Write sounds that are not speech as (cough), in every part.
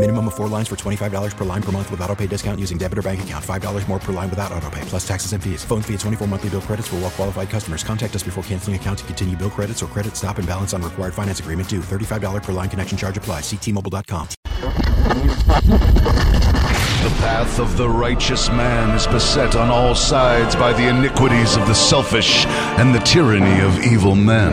Minimum of four lines for $25 per line per month with auto pay discount using debit or bank account. $5 more per line without auto pay, plus taxes and fees. Phone fee at 24 monthly bill credits for all well qualified customers. Contact us before canceling account to continue bill credits or credit stop and balance on required finance agreement due. $35 per line connection charge applies. Ctmobile.com. The path of the righteous man is beset on all sides by the iniquities of the selfish and the tyranny of evil men.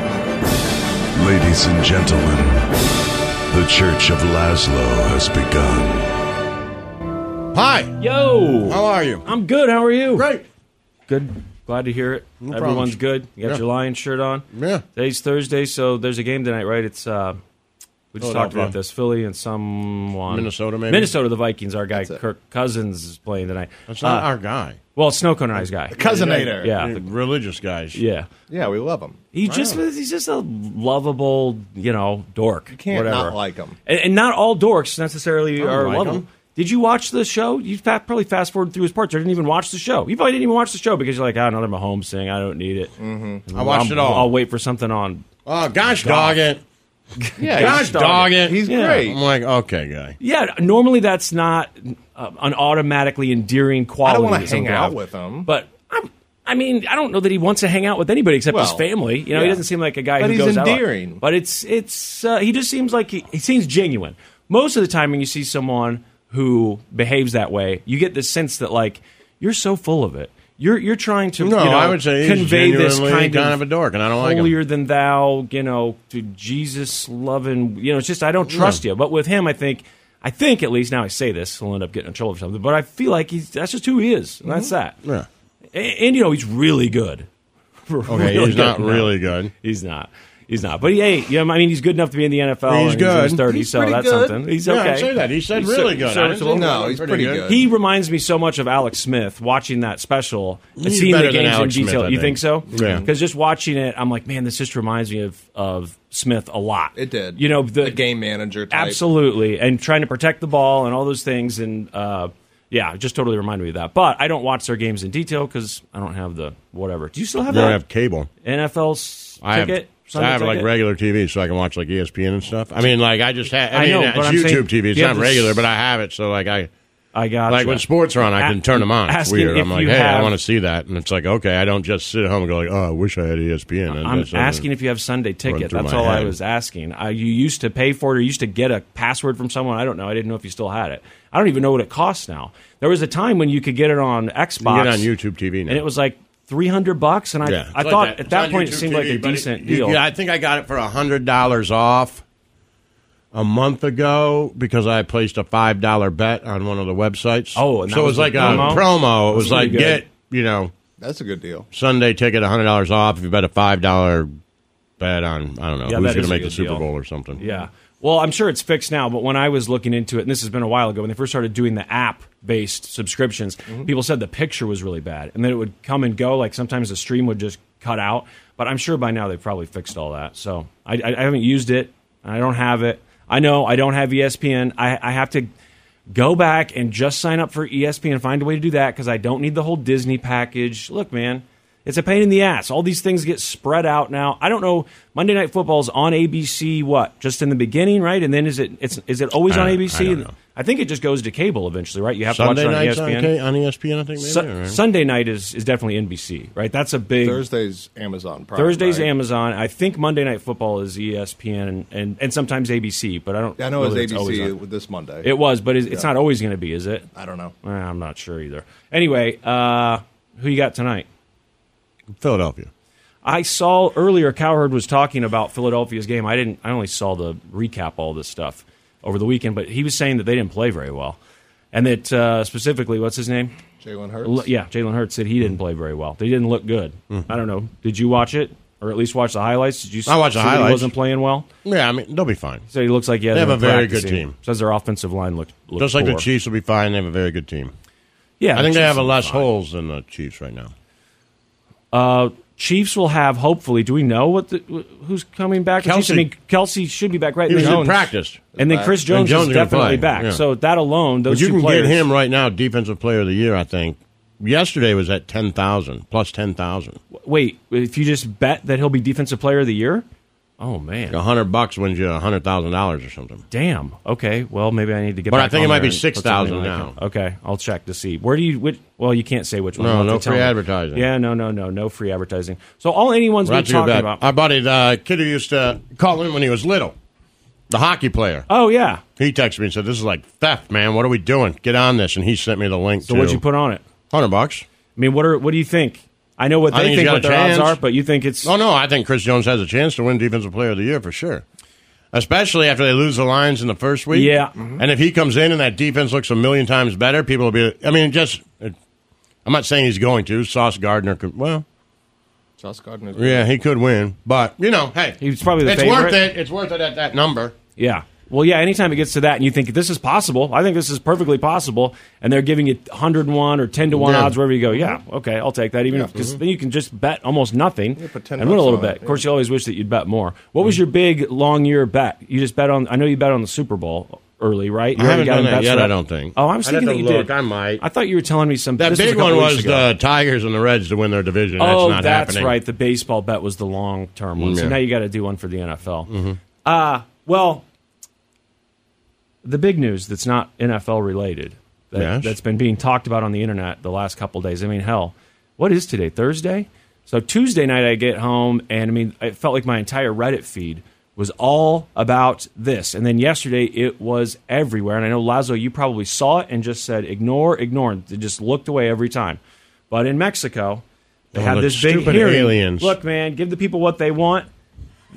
Ladies and gentlemen, the Church of Laszlo has begun. Hi. Yo. How are you? I'm good. How are you? Great. Good. Glad to hear it. No Everyone's problems. good. You got Yeah. your Lions shirt on. Yeah. Today's Thursday, so there's a game tonight, right? It's uh we just talked Philadelphia. about this. Philly and someone Oh, Minnesota, maybe? Minnesota the Vikings, our guy Kirk Cousins is playing tonight. That's not Uh, our guy. Well, Snowcone Eyes guy. Cousinator. Yeah. The religious guys. Yeah. Yeah, we love him. He just he's just a lovable, you know, dork. You can't whatever. not like him. And, and not all dorks necessarily I don't are like lovable. him. Did you watch the show? You fa- probably fast forward through his parts. I didn't even watch the show. You probably didn't even watch the show because you're like, oh, another Mahomes thing. I don't need it. Mm-hmm. I watched it all. I'll wait for something on. Oh, gosh dog it. (laughs) Yeah, Gosh dog dog it. He's Yeah. great. I'm like, okay, guy. Yeah, normally that's not uh, an automatically endearing quality. I don't want that to some hang guy out have. with him. But I'm, I mean, I don't know that he wants to hang out with anybody except his Well, family. You know, he yeah. doesn't seem like a guy But who he's goes out a lot. endearing. But it's it's uh, he just seems like he, he seems genuine. Most of the time, when you see someone who behaves that way, you get the sense that like you're so full of it. You're you're trying to No, you know, I would say he's convey this genuinely kind, kind of of a dork, and I don't like him. holier than thou. You know, to Jesus loving. You know, it's just I don't trust you. But with him, I think. I think at least now I say this, he'll end up getting in trouble for something. But I feel like he's that's just who he is. And That's that. Mm-hmm. Yeah. A- And, you know he's really good. (laughs) Okay, Really he's not good. No. really good. He's not. He's not. But hey, you know, I mean, he's good enough to be in the NFL. He's and He's in his good. thirties, He's so pretty that's good. something. He's Yeah, okay. I say that. He said He's really so- good. so- I didn't so- say No, that. he's pretty good. he reminds me so much of Alex Smith watching that special and He's seeing better the than games in Alex Smith, detail. I you think think. so? Yeah. Because just watching it, I'm like, man, this just reminds me of, of Smith a lot. It did. You know, the, The game manager type. Absolutely. And trying to protect the ball and all those things. And uh, yeah, it just totally reminded me of that. But I don't watch their games in detail because I don't have the whatever. Do you still have You don't that? have cable. NFL s- I have, ticket? I Sunday have like ticket? regular TV so I can watch like E ESPN and stuff. I mean, like I just have. I, I mean, know, it's but I'm saying- YouTube TV. It's Yeah, not but- regular, but I have it. So like I I got like when sports are on, I can turn them on. It's Asking weird. if I'm like, you hey, I have- want to see that, and it's like, okay, I don't just sit at home and go like, oh, I wish I had ESPN. And I'm that's- asking if you have Sunday ticket. through That's my all I head. was asking. I, you used to pay for it, or you used to get a password from someone. I don't know. I didn't know if you still had it. I don't even know what it costs now. There was a time when you could get it on you Xbox, can get on YouTube TV now. and it was like 300 bucks. And I, Yeah. I It's like thought at It's that on point it YouTube seemed like TV, a but it- decent you- deal. Yeah, I think I got it for hundred dollars off a month ago because I placed a five dollar bet on one of the websites. Oh, and that so it was was the like promo? a promo. It was That's pretty like good. get you know That's a good deal. Sunday ticket hundred dollars off if you bet a five dollar bet on I don't know Yeah, that who's going is to a make the good Super deal. Bowl or something. Yeah. Well, I'm sure it's fixed now, but when I was looking into it, and this has been a while ago, when they first started doing the app based subscriptions, Mm-hmm. people said the picture was really bad and then it would come and go. Like sometimes the stream would just cut out. But I'm sure by now they've probably fixed all that. So I, I, I haven't used it. I don't have it. I know I don't have E ESPN. I, I have to go E back and just sign up for ESPN and find a way to do that because I don't need the whole Disney package. Look, man, It's a pain in the ass. All these things get spread out now. I don't know. Monday Night Football's on ABC. What? Just in the beginning, right? And then is it? It's is it always I on don't- ABC? I don't know. I think it just goes to cable eventually, right? You have Sunday to watch nights it on E ESPN. on, K- on E ESPN, I think. Maybe, Su- or- Sunday night is, is definitely NBC, right? That's a big Thursday's Amazon Prime, Thursday's right? Amazon. I think Monday Night Football is E ESPN and, and, and sometimes ABC, but I don't. I know it's really it's always ABC on. this Monday. It was, but it's, it's Yeah. not always going to be, is it? I don't know. Eh, I'm not sure either. Anyway, uh, who you got tonight? Philadelphia. I saw earlier Cowherd was talking about Philadelphia's game. I didn't. I only saw the recap all this stuff over the weekend, but he was saying that they didn't play very well, and that uh, specifically, what's his name? Jalen Hurts? L- yeah, Jalen Hurts said he didn't play very well. They didn't look good. I don't know. Did you watch it or at least watch the highlights? Did you? Mm-hmm. I watched see the that highlights. He wasn't playing well. Yeah, I mean they'll be fine. So he looks like yeah, They have they're a very good practicing. team. Says their offensive line looked, looked Just like poor. the Chiefs will be fine. They have a very good team. Yeah, I the think they Chiefs have a will be less fine. holes than the Chiefs right now. Uh, Chiefs will have hopefully. Do we know what the, wh- who's coming back? with Chiefs? Kelsey. I mean, Kelsey should be back right. He was now. in practice. and then Chris And Jones, Jones is is gonna definitely play, back. yeah. So that alone, But those you two can players. get him right now, Defensive Player of the Year. I think yesterday was at ten thousand plus ten thousand. Wait, if you just bet that he'll be Defensive Player of the Year, oh man, A hundred bucks wins you a hundred thousand dollars or something. damn. Okay, well maybe I need to get. But back I think on it might there be and put 6,000 something like now. that. Okay, I'll check to see where do you. Which, well, you can't say which one. No, You'll have no to tell free me. advertising. Yeah, no, no, no, no free advertising. So all anyone's Right been to your talking back. about. Our buddy, the uh, kid who used to call in when he was little, the hockey player. Oh yeah. He texted me and said, "This is like theft, man. What are we doing? Get on this." And he sent me the link. So what'd you put on it? Hundred bucks. I mean, what are what do you think? I know what I they think he's think, got what a their odds chance. are, but you think it's Oh no, I think Chris Jones has a chance to win Defensive Player of the Year for sure. Especially after they lose the Lions in the first week. Mm-hmm. Yeah. And if he comes in and that defense looks a million times better, people will be. I mean, just. It, I'm not saying he's going to. Sauce Gardner could. Well, Sauce Gardner. yeah, he could win. But, you know, hey. He's probably the It's favorite. worth it. It's worth it at that number. Yeah. Well, yeah, anytime it gets to that and you think this is possible, I think this is perfectly possible, and they're giving you 101 or 10 to 1 Yeah. Mm-hmm. odds wherever you go. Yeah, okay, I'll take that. Even Yeah. if, because then you can just bet almost nothing put 10 and win a bucks little on bit. it, Of course, you always wish that you'd bet more. What Mm-hmm. was your big long year bet? You just bet on, I know you bet on the Super Bowl early, right? You I already haven't got done in that bets yet, for I don't think. Oh, I was I'd have thinking that to you look. did. I might. I thought you were telling me some. That this was big a one couple weeks was ago. the Tigers and the Reds to win their division. That's oh, not that's happening. right. The baseball bet was the long term one. So Yeah. Mm-hmm. now you got to do one for the NFL. Uh, well, the big news that's not NFL related that, Yes. that's been being talked about on the internet the last couple days. I mean, hell, what is today? Thursday. So Tuesday night, I get home, and I mean, it felt like my entire Reddit feed was all about this. And then yesterday, it was everywhere. And I know Lazo, you probably saw it and just said ignore, ignore, and just looked away every time. But in Mexico, they Oh, had the this big stupid hearing. aliens. Look, man, give the people what they want.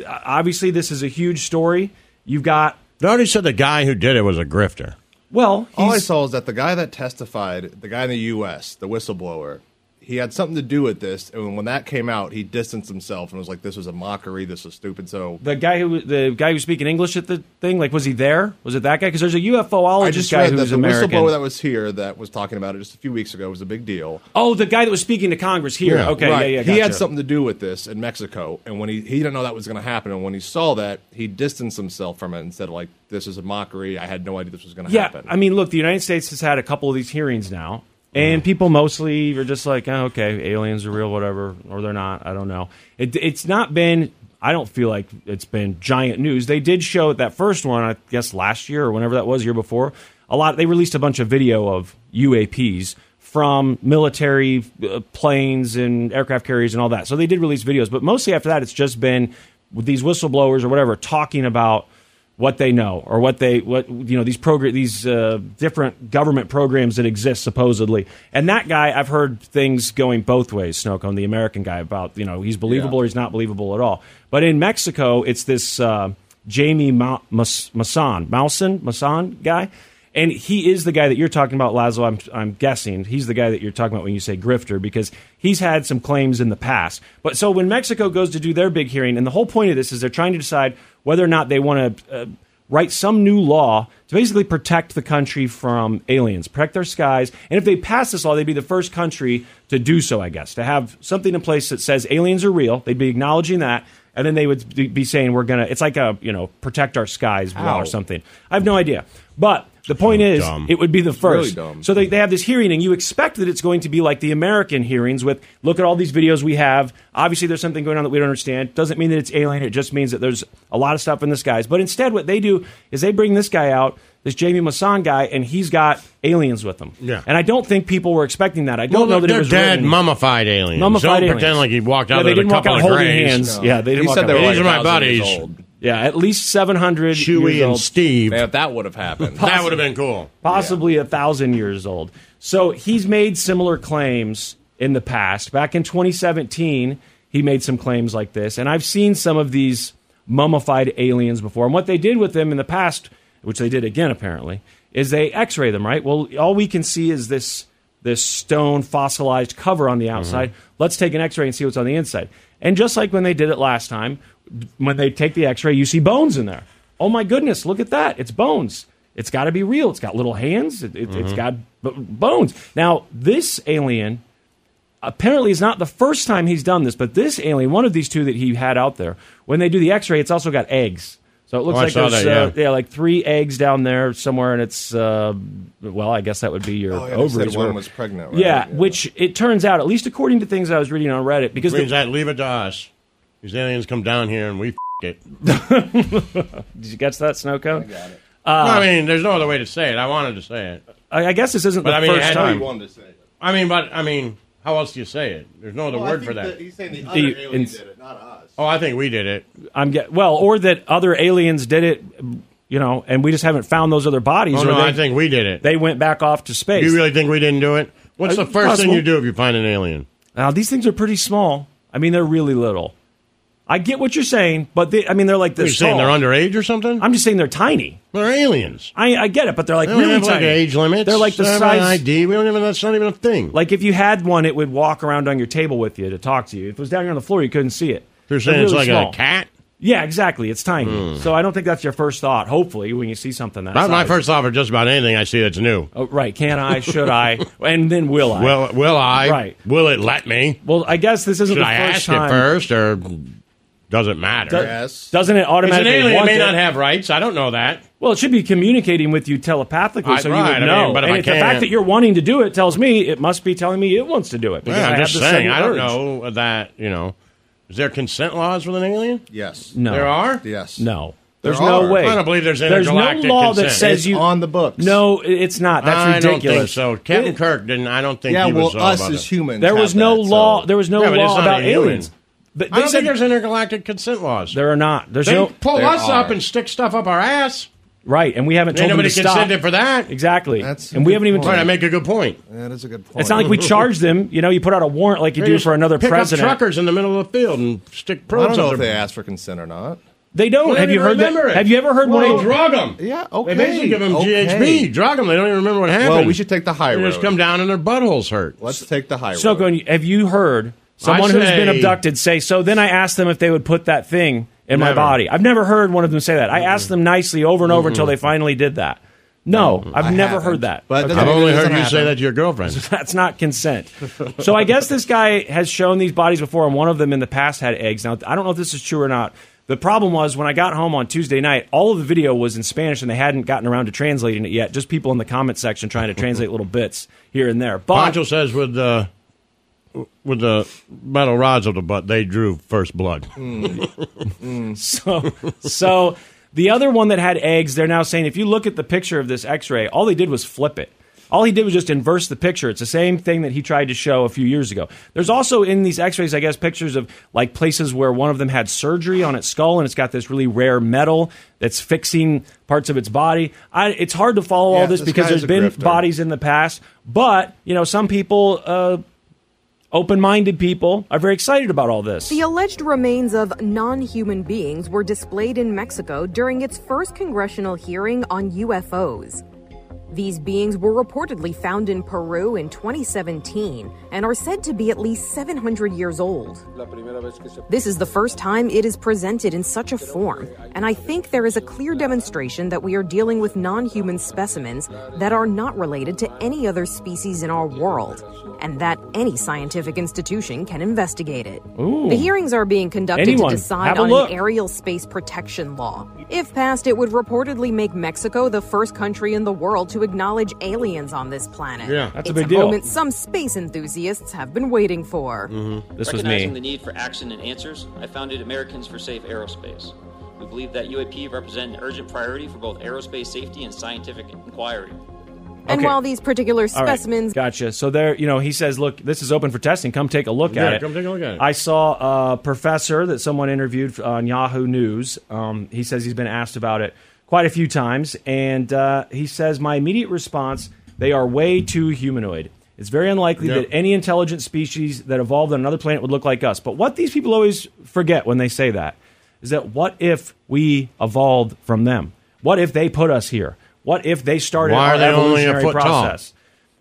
Obviously, this is a huge story. You've got They already said the guy who did it was a grifter. well, All I he's- saw is that the guy that testified, the guy in the U.S., the whistleblower, he had something to do with this. And when that came out, he distanced himself and was like, "This was a mockery. This was stupid." So the guy who the guy who's speaking English at the thing, like, was he there? Was it that guy? Because there's a UFOologist I just guy read that who's the American. whistleblower that was here that was talking about it just a few weeks ago was a big deal. oh, the guy that was speaking to Congress here. Okay, Right. yeah, yeah. He had gotcha. something to do with this in Mexico, and when he he didn't know that was going to happen, and when he saw that, he distanced himself from it and said like, "This is a mockery. I had no idea this was going to Yeah, happen." I mean, look, the United States has had a couple of these hearings now, and people mostly are just like, oh, okay, aliens are real, whatever, or they're not. I don't know. It, it's not been. I don't feel like it's been giant news. They did show at that first one, I guess last year or whenever that was, year before. A lot. They released a bunch of video of UAPs from military uh, planes and aircraft carriers and all that. So they did release videos, but mostly after that, it's just been these whistleblowers or whatever talking about what they know or what they what you know these program these uh, different government programs that exist supposedly and that guy i've heard things going both ways snowcone the american guy about you know he's believable or he's not believable at all but in mexico it's this uh, jamie Ma- Mas- masan Mausan masan guy and he is the guy that you're talking about, Lazo. I'm, I'm guessing he's the guy that you're talking about when you say grifter because he's had some claims in the past. But so when Mexico goes to do their big hearing, and the whole point of this is they're trying to decide whether or not they want to uh, write some new law to basically protect the country from aliens, protect their skies. And if they pass this law, they'd be the first country to do so, I guess, to have something in place that says aliens are real. They'd be acknowledging that. and then they would be be saying we're gonna. It's like a you know protect our skies law Ow. or something. I have no idea, but the point is, dumb. it would be the It's really first. dumb. So they, they have this hearing, and you expect that it's going to be like the American hearings with look at all these videos we have. Obviously, there's something going on that we don't understand. Doesn't mean that it's alien, it just means that there's a lot of stuff in the skies. But instead, what they do is they bring this guy out, this Jamie Masson guy, and he's got aliens with him. Yeah. And I don't think people were expecting that. I don't know that they're it was dead, written. mummified aliens. Mummified Don't aliens. pretend like he walked Yeah, out they there with didn't a walk couple out of holding grays. hands. Yeah, they didn't He walk said out they were holding These are hands. my buddies. Yeah, at least 700 Chewie years and old. Steve. Man, if that would have happened, That would have been cool. possibly a thousand years old. So he's made similar claims in the past. Back in 2017, he made some claims like this, and I've seen some of these mummified aliens before. And what they did with them in the past, which they did again apparently, is they X-ray them. Right. Well, all we can see is this this stone fossilized cover on the Mm-hmm. outside. Let's take an X-ray and see what's on the inside. And just like when they did it last time, when they take the X-ray, you see bones in there. Oh my goodness, look at that! It's bones. It's got to be real. It's got little hands. It, it, has Mm-hmm. Mhm. got b- bones. Now, this alien apparently is not the first time he's done this, but this alien, one of these two that he had out there, when they do the X-ray, it's also got eggs. So it looks Oh, I like saw there's that, uh, yeah, like three eggs down there somewhere, and it's uh, well, I guess that would be your Oh, yeah, they said ovaries. one were- was pregnant, right? Yeah, which it turns out, at least according to things I was reading on Reddit, because Because means the- that leave it to us. These aliens come down here and we f- (laughs) it. did you catch that snow cone? I got it. Uh, No, I mean, there's no other way to say it. I wanted to say it. I, I guess this isn't But the I mean, first I know time. you wanted I mean, but I mean, how else do you say it? There's no other Well, I word think for that. that he's saying the other The- alien ins- did it, not us. Oh, I think we did it. I'm get, well, or that other aliens did it, you know, and we just haven't found those other bodies. Oh, or no, they, I think we did it. They went back off to space. You really think we didn't do it? What's Uh, the first thing possible. you do if you find an alien? Now these things are pretty small. I mean, they're really little. I get what you're saying, but they, I mean, they're like You're this. saying they're underage or something? I'm just saying they're tiny. They're aliens. I, I get it, but they're like They don't really have, like, tiny. age limits. They're like the They don't have an size ID. We don't even. That's not even a thing. Like if you had one, it would walk around on your table with you to talk to you. If it was down here on the floor, you couldn't see it. You're saying it's like a cat? Yeah, exactly. It's tiny. Hmm. So I don't think that's your first thought. Hopefully, when you see something that Not my size. first thought for just about anything I see that's new. Oh, right? Can I? Should (laughs) I? And then will I? Will will I? Right. Will it let me? Well, I guess this isn't Should the I first ask time. it first or doesn't matter? Do- Doesn't it automatically? It's an alien. It want may it? not have rights. I don't know that. Well, it should be communicating with you telepathically, I- so right, I you would mean, know. but if and I it's the can't- fact that you're wanting to do it tells me it must be telling me it wants to do it. because Yeah, I I'm have just the saying. same I don't urge. know that you know. Is there consent laws with an alien? Yes. No. There are. Yes. No. There There's no are. way. I don't believe there's no intergalactic law that consent. says It's you on the books. No, i- it's not. Uh, That's I ridiculous. don't think so. Captain It- Kirk didn't. I don't think. Yeah, he well, was all us about as it. humans there was no law. There was no Yeah, but it's law not about an alien. aliens. But I they don't said think there's intergalactic consent laws. there are not. There's they no pull us up and stick stuff up our ass. right, and we haven't And told them nobody to stop. consented for that. Exactly. That's a and we good haven't even. point. Right, I make a good point. That is a good point. It's not like (laughs) we charge them. You know, you put out a warrant like you They do just for another pick president. Up truckers in the middle of the field and stick I don't probes know up if they their. asked for consent or not. They don't. They don't have you even heard that? remember it. Have you ever heard Well, one? of they these- drug them. Yeah, okay. They basically give them okay. GHB, drug them. They don't even remember what happened. Well, we should take the high They road. just come down and their buttholes hurt. Let's take the high road. So, Gwen, have you heard someone I who's been say- abducted say, so then I asked them if they would put that thing in my Never. body? I've never heard one of them say that. I asked them nicely over and over until they finally did that. No, I've I never haven't, heard that. but I've only heard you say happen. that to your girlfriend. (laughs) That's not consent. (laughs) So I guess this guy has shown these bodies before, and one of them in the past had eggs. Now, I don't know if this is true or not. The problem was when I got home on Tuesday night, all of the video was in Spanish, and they hadn't gotten around to translating it yet. Just people in the comment section trying to translate little bits here and there. But Poncho says with the with the metal rods of the butt, they drew first blood. Hmm. So, so the other one that had eggs, they're now saying if you look at the picture of this X-ray, all they did was flip it. All he did was just inverse the picture. It's the same thing that he tried to show a few years ago. There's also in these X-rays, I guess, pictures of like places where one of them had surgery on its skull, and it's got this really rare metal that's fixing parts of its body. I, it's hard to follow all Yeah, this, this because guy's there's a been grifter. bodies in the past, but you know, some people, uh, open-minded people, are very excited about all this. The alleged remains of non human beings were displayed in Mexico during its first congressional hearing on UFOs. These beings were reportedly found in Peru in 2017 and are said to be at least 700 years old. This is the first time it is presented in such a form, and I think there is a clear demonstration that we are dealing with non human specimens that are not related to any other species in our world, and that any scientific institution can investigate it. Ooh. The hearings are being conducted Anyone, to decide have a on look. an aerial space protection law. If passed, it would reportedly make Mexico the first country in the world to acknowledge aliens on this planet. Yeah, that's a It's big deal. moment some space enthusiasts have been waiting for. Mm-hmm. This was Recognizing me. the need for action and answers, I founded Americans for Safe Aerospace. We believe that UAP represent an urgent priority for both aerospace safety and scientific inquiry. And Okay. while these particular All right. specimens Gotcha. So there, you know, he says, "Look, this is open for testing. Come take a look Yeah, at it." come take a look at it. I saw a professor that someone interviewed on Yahoo News. Um, he says he's been asked about it quite a few times, and uh, he says, "My immediate response: They are way too humanoid. It's very unlikely Yep. that any intelligent species that evolved on another planet would look like us." But what these people always forget when they say that is that what if we evolved from them? What if they put us here? What if they started Why are our they only a evolutionary foot tall? process?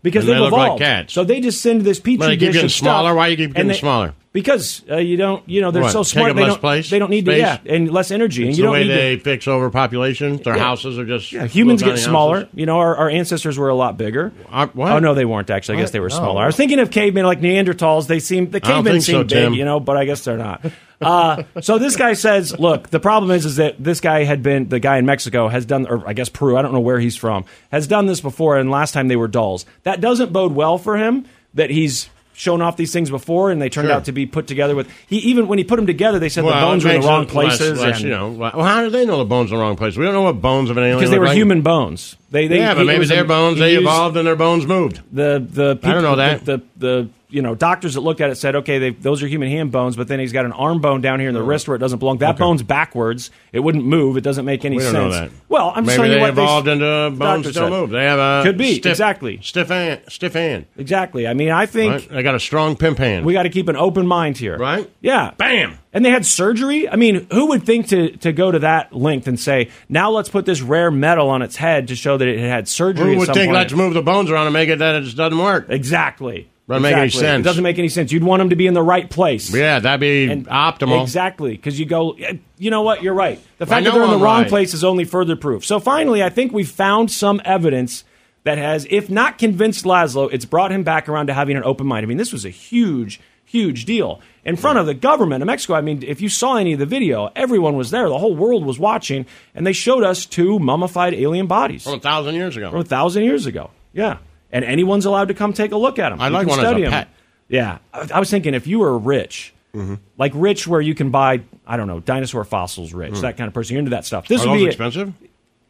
because And they've they look like evolved. cats. So they just send this petri But they keep dish getting of stuff, smaller? Why you keep and getting they- smaller? Because uh, you don't, you know, they're What, so take smart. up They less don't, place? they don't need to, Space? yeah, and less energy, It's and you the don't way need they to. fix overpopulation. Their Yeah. houses are just Yeah, Uh, humans little get tiny smaller. houses. You know, our, our ancestors were a lot bigger. Oh no, they weren't actually. I guess What? they were No. smaller. I was thinking of cavemen like Neanderthals. They seem the I don't cavemen think so, seem big, Tim. you know, but I guess they're not. Uh, (laughs) so this guy says, look, the problem is, is that this guy had been the guy in Mexico has done, or I guess Peru, I don't know where he's from, has done this before, and last time they were dolls. That doesn't bode well for him. That he's shown off these things before, and they turned Sure. out to be put together with. He even when he put them together, they said Well, the bones it were in makes the wrong it less- places. less, and- you know, well, how do they know the bones are in the wrong place? We don't know what bones of an alien because they look were like. human bones. They, they yeah, but he- it maybe was a- their bones he they used- evolved and their bones moved. the the I don't know that. the, the the, you know doctors that looked at it said okay they, those are human hand bones but then he's got an arm bone down here in the wrist where it doesn't belong that bone's backwards it wouldn't move it doesn't make any we don't sense know that. well I'm maybe just telling they you what evolved these into bones doctors still said. move. They have a could be stiff, exactly stiff hand stiff hand exactly I mean I think Right? They got a strong pimp hand. we got to keep an open mind here right yeah bam and they had surgery I mean who would think to to go to that length and say now let's put this rare metal on its head to show that it had surgery Who at would some think point? let's move the bones around and make it that it just doesn't work? Exactly. Doesn't make any Exactly. sense. It doesn't make any sense. You'd want them to be in the right place. Yeah, that'd be optimal. Exactly, because you go, you know what? You're right. The fact know that they're in the I'm wrong right. place is only further proof. So finally, I think we've found some evidence that has, if not convinced Laszlo, it's brought him back around to having an open mind. I mean, this was a huge, huge deal in front of the government of Mexico. I mean, if you saw any of the video, everyone was there. The whole world was watching, and they showed us two mummified alien bodies From a thousand years ago. from a thousand years ago. Yeah, and anyone's allowed to come take a look at them. I'd like one as a study 'em. pet. Mm-hmm. Yeah, I, I was thinking if you were rich, like rich, where you can buy I don't know dinosaur fossils, rich Mm. that kind of person, you're into that stuff. This Are would those be expensive.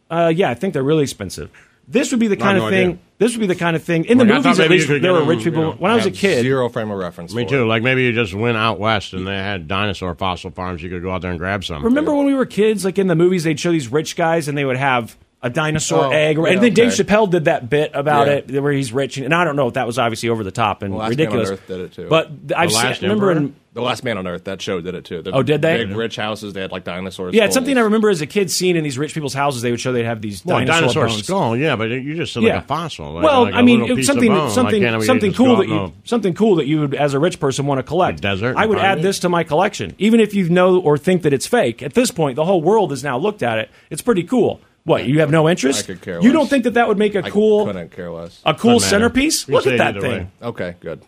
Uh, yeah, I think they're really expensive. This would be the I have kind no of thing. idea. This would be the kind of thing in the Like, I thought movies. At maybe you least could there get were them, rich people. you know, when I was a have kid, Zero frame of reference. Me for too. it. Like maybe you just went out west and they had dinosaur fossil farms. You could go out there and grab some. Remember when we were kids, like in the movies, they'd show these rich guys and they would have a dinosaur Oh, egg. Or, yeah, and then Dave okay. Chappelle did that bit about Yeah. it where he's rich. And, and I don't know if that was obviously over the top and The Last ridiculous. Man on Earth did it too. But th- I've seen- I remember in. the Last Man on Earth that show did it too. The Oh, did they? Big rich houses. They had like dinosaurs. Yeah, it's something I remember as a kid seeing in these rich people's houses. They would show they'd have these Well, a dinosaur, dinosaur bones. skull, yeah, but you just said Yeah. like a fossil. Like, well, like a I mean, it- little piece of something, bone. Like, something, can't we something just go cool out that in a- you, something cool that you, would, as a rich person, want to collect. desert I would environment? add this to my collection, even if you know or think that it's fake. At this point, the whole world has now looked at it. It's pretty cool. What you have no interest? I could care You less. don't think that that would make a I cool, couldn't care less. a cool Doesn't matter. centerpiece? You Look say at it that either thing. way. Okay, good.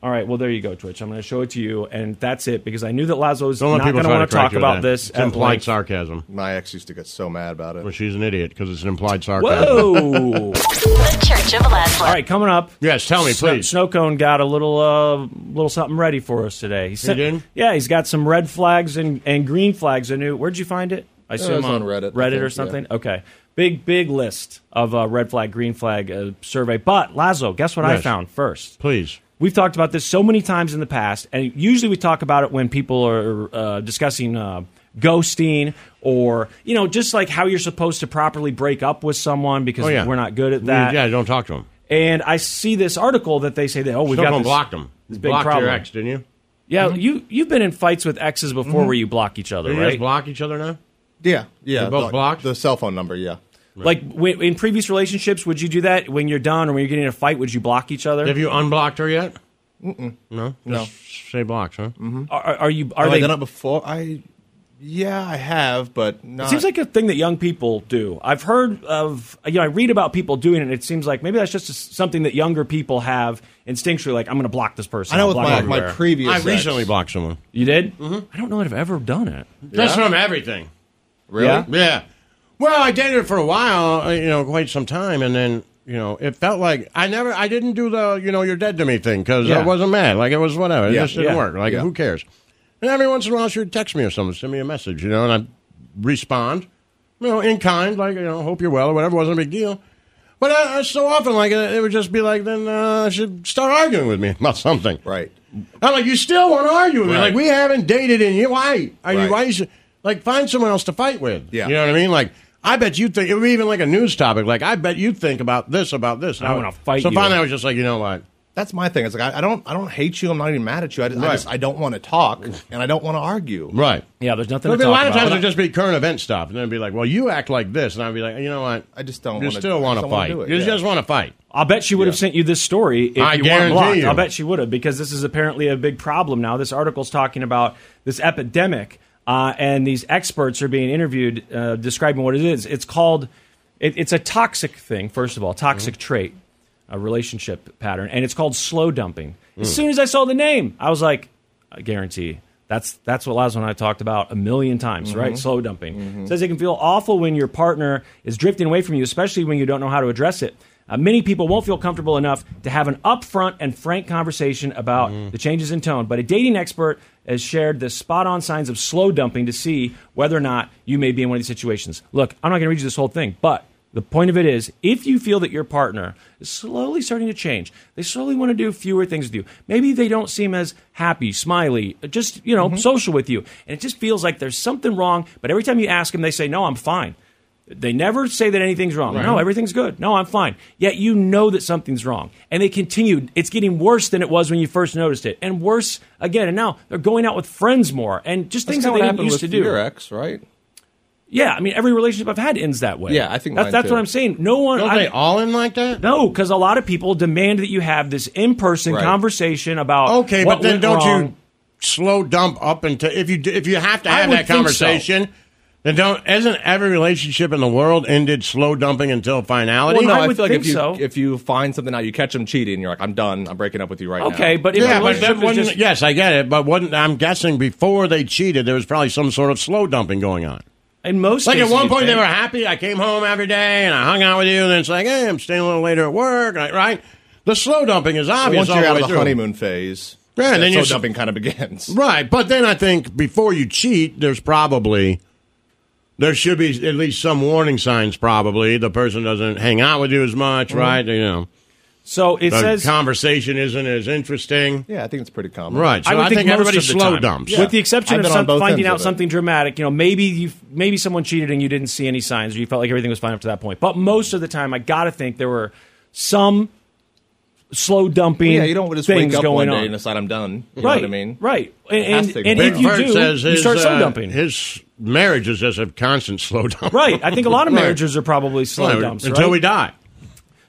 All right, well there you go, Twitch. I'm going to show it to you, and that's it because I knew that Lazo's Don't let not people going to try want to to correct talk you with about that. this. It's at implied length. sarcasm. My ex used to get so mad about it. Well, she's an idiot because it's an implied sarcasm. Whoa! (laughs) The Church of Laszlo. All (laughs) right, coming up. Yes, tell me, Snow- please. Snowcone got a little, uh, little something ready for us today. He, sent- did? Yeah, he's got some red flags and, and green flags. A new. Where'd you find it? I Uh, assume it's on Reddit, I Reddit think, or yeah. something. Okay, big big list of uh, red flag, green flag uh, survey. But Lazo, guess what I Yes. found first? Please. We've talked about this so many times in the past, and usually we talk about it when people are uh, discussing uh, ghosting or you know just like how you're supposed to properly break up with someone because Oh, yeah. we're not good at We- that. yeah, don't talk to him. And I see this article that they say that oh we've got Snowcone this, blocked him. This big blocked problem. your ex, didn't you? Yeah, you you've been in fights with exes before Mhm. where you block each other, Did you right? guys block each other now? Yeah, yeah. You're both blocked. The cell phone number, yeah. Like w- in previous relationships, would you do that when you're done or when you're getting in a fight? Would you block each other? Have you unblocked her yet? Mm-mm. No, No. Just say blocks, huh? Mm-hmm. Are, are- are you? Are Have I they? done it before? I yeah, I have, but not. It seems like a thing that young people do. I've heard of, you know, I read about people doing it, and it seems like maybe that's just something that younger people have instinctually, like, I'm going to block this person. I know I'll with block my- everywhere. my previous I recently blocked someone. You did? Mm-hmm. I don't know that I've ever done it. That's from everything. Really? Yeah. Well, I dated for a while, uh, you know, quite some time, and then you know, it felt like I never, I didn't do the, you know, you're dead to me thing because Yeah. I wasn't mad. Like it was whatever. It Yeah. just didn't Yeah. Oh, work. Like Yeah. who cares? And every once in a while, she'd text me or something, send me a message, you know, and I respond, you know, in kind, like you know, hope you're well or whatever. Wasn't a big deal. But I, I, so often, like uh, it, it would just be like, then uh, I should start arguing with me (laughs) about something. Right. I'm like, you still want to argue with me? Right. Like we haven't dated in you. Why? Are Right. you? Why you should, like find someone else to fight with? Yeah. You know what I mean? Like I bet you think it would be even like a news topic. Like I bet you think about this about this. I wanna fight So you. finally, I was just like, you know what? That's my thing. It's like I, I don't, I don't hate you. I'm not even mad at you. I, just- I Right. just, I don't want to talk, and I don't want to argue. Right. Yeah, there's nothing. There'd be a lot of times it'd just be current event stuff, and then it'd be like, well, you act like this, and I'd be like, you know what? I just don't. You wanna- still I want just to don't wanna fight? do it, You yeah. just want to fight. I'll bet she would have sent you this story if I you guarantee weren't blocked. you. I'll bet she would have because this is apparently a big problem now. This article's talking about this epidemic, uh, and these experts are being interviewed uh, describing what it is. It's called. It, it's a toxic thing. First of all, toxic Mm-hmm. trait, a relationship pattern, and it's called slow dumping. Mm. As soon as I saw the name, I was like, I guarantee. That's that's what Lazo and I talked about a million times, right? Mm-hmm. Mhm. Slow dumping. Mhm. Says it can feel awful when your partner is drifting away from you, especially when you don't know how to address it. Uh, many people won't feel comfortable enough to have an upfront and frank conversation about the changes in tone. But a dating expert has shared the spot on signs of slow dumping to see whether or not you may be in one of these situations. Look, I'm not going to read you this whole thing, but the point of it is, if you feel that your partner is slowly starting to change, they slowly want to do fewer things with you. Maybe they don't seem as happy, smiley, just you Mm-hmm. know, social with you, and it just feels like there's something wrong. But every time you ask them, they say, "No, I'm fine." They never say that anything's wrong. Right. No, everything's good. No, I'm fine. Yet you know that something's wrong, and they continue. It's getting worse than it was when you first noticed it, and worse again. And now they're going out with friends more, and just That's things that kinda what they didn't happened used with to do. Your ex, right? Yeah, I mean, every relationship I've had ends that way. Yeah, I think that's, mine that's too. what I'm saying. No one. Don't I, they all end like that? No, because a lot of people demand that you have this in-person Right. conversation about. Okay, what but then went don't wrong. you slow dump up until if you do- if you have to I have would that think conversation. Then don't. Isn't every relationship in the world ended slow dumping until finality? no, I, feel like if you if you find something out, you catch them cheating. You're like, I'm done. I'm breaking up with you right now. yeah, but that wouldn't- yes, I get it. But wouldn't, I'm guessing before they cheated, there was probably some sort of slow dumping going on. In most like at cases, one you point they think. were happy. I came home every day and I hung out with you, and then it's like, hey, I'm staying a little later at work, right? right? The slow dumping is obvious. once you're all out of way the through. honeymoon phase, Yeah, that then slow you're- dumping kind of begins. Right, but then I think before you cheat, there's probably there should be at least some warning signs. Probably the person doesn't hang out with you as much, Mhm. right? You know. Mm-hmm. So it the says- conversation isn't as interesting. Yeah, I think it's pretty common. Right, so I, would think, most everybody of the slow time. dumps, with the exception I've of been on some, both finding ends out of it. something dramatic. You know, maybe you maybe someone cheated and you didn't see any signs, or you felt like everything was fine up to that point. But most of the time, I gotta think there were some slow dumping. yeah, you don't just things wake up going one day on. and decide I'm done. You know right. what I mean? Right. And, It has and, to and be. if Big you Bird do, says you his, start slow uh, dumping. His marriages as a constant (laughs) slow dump. Right. I think a lot of (laughs) Right. marriages are probably slow Right, dumps. until right? we die.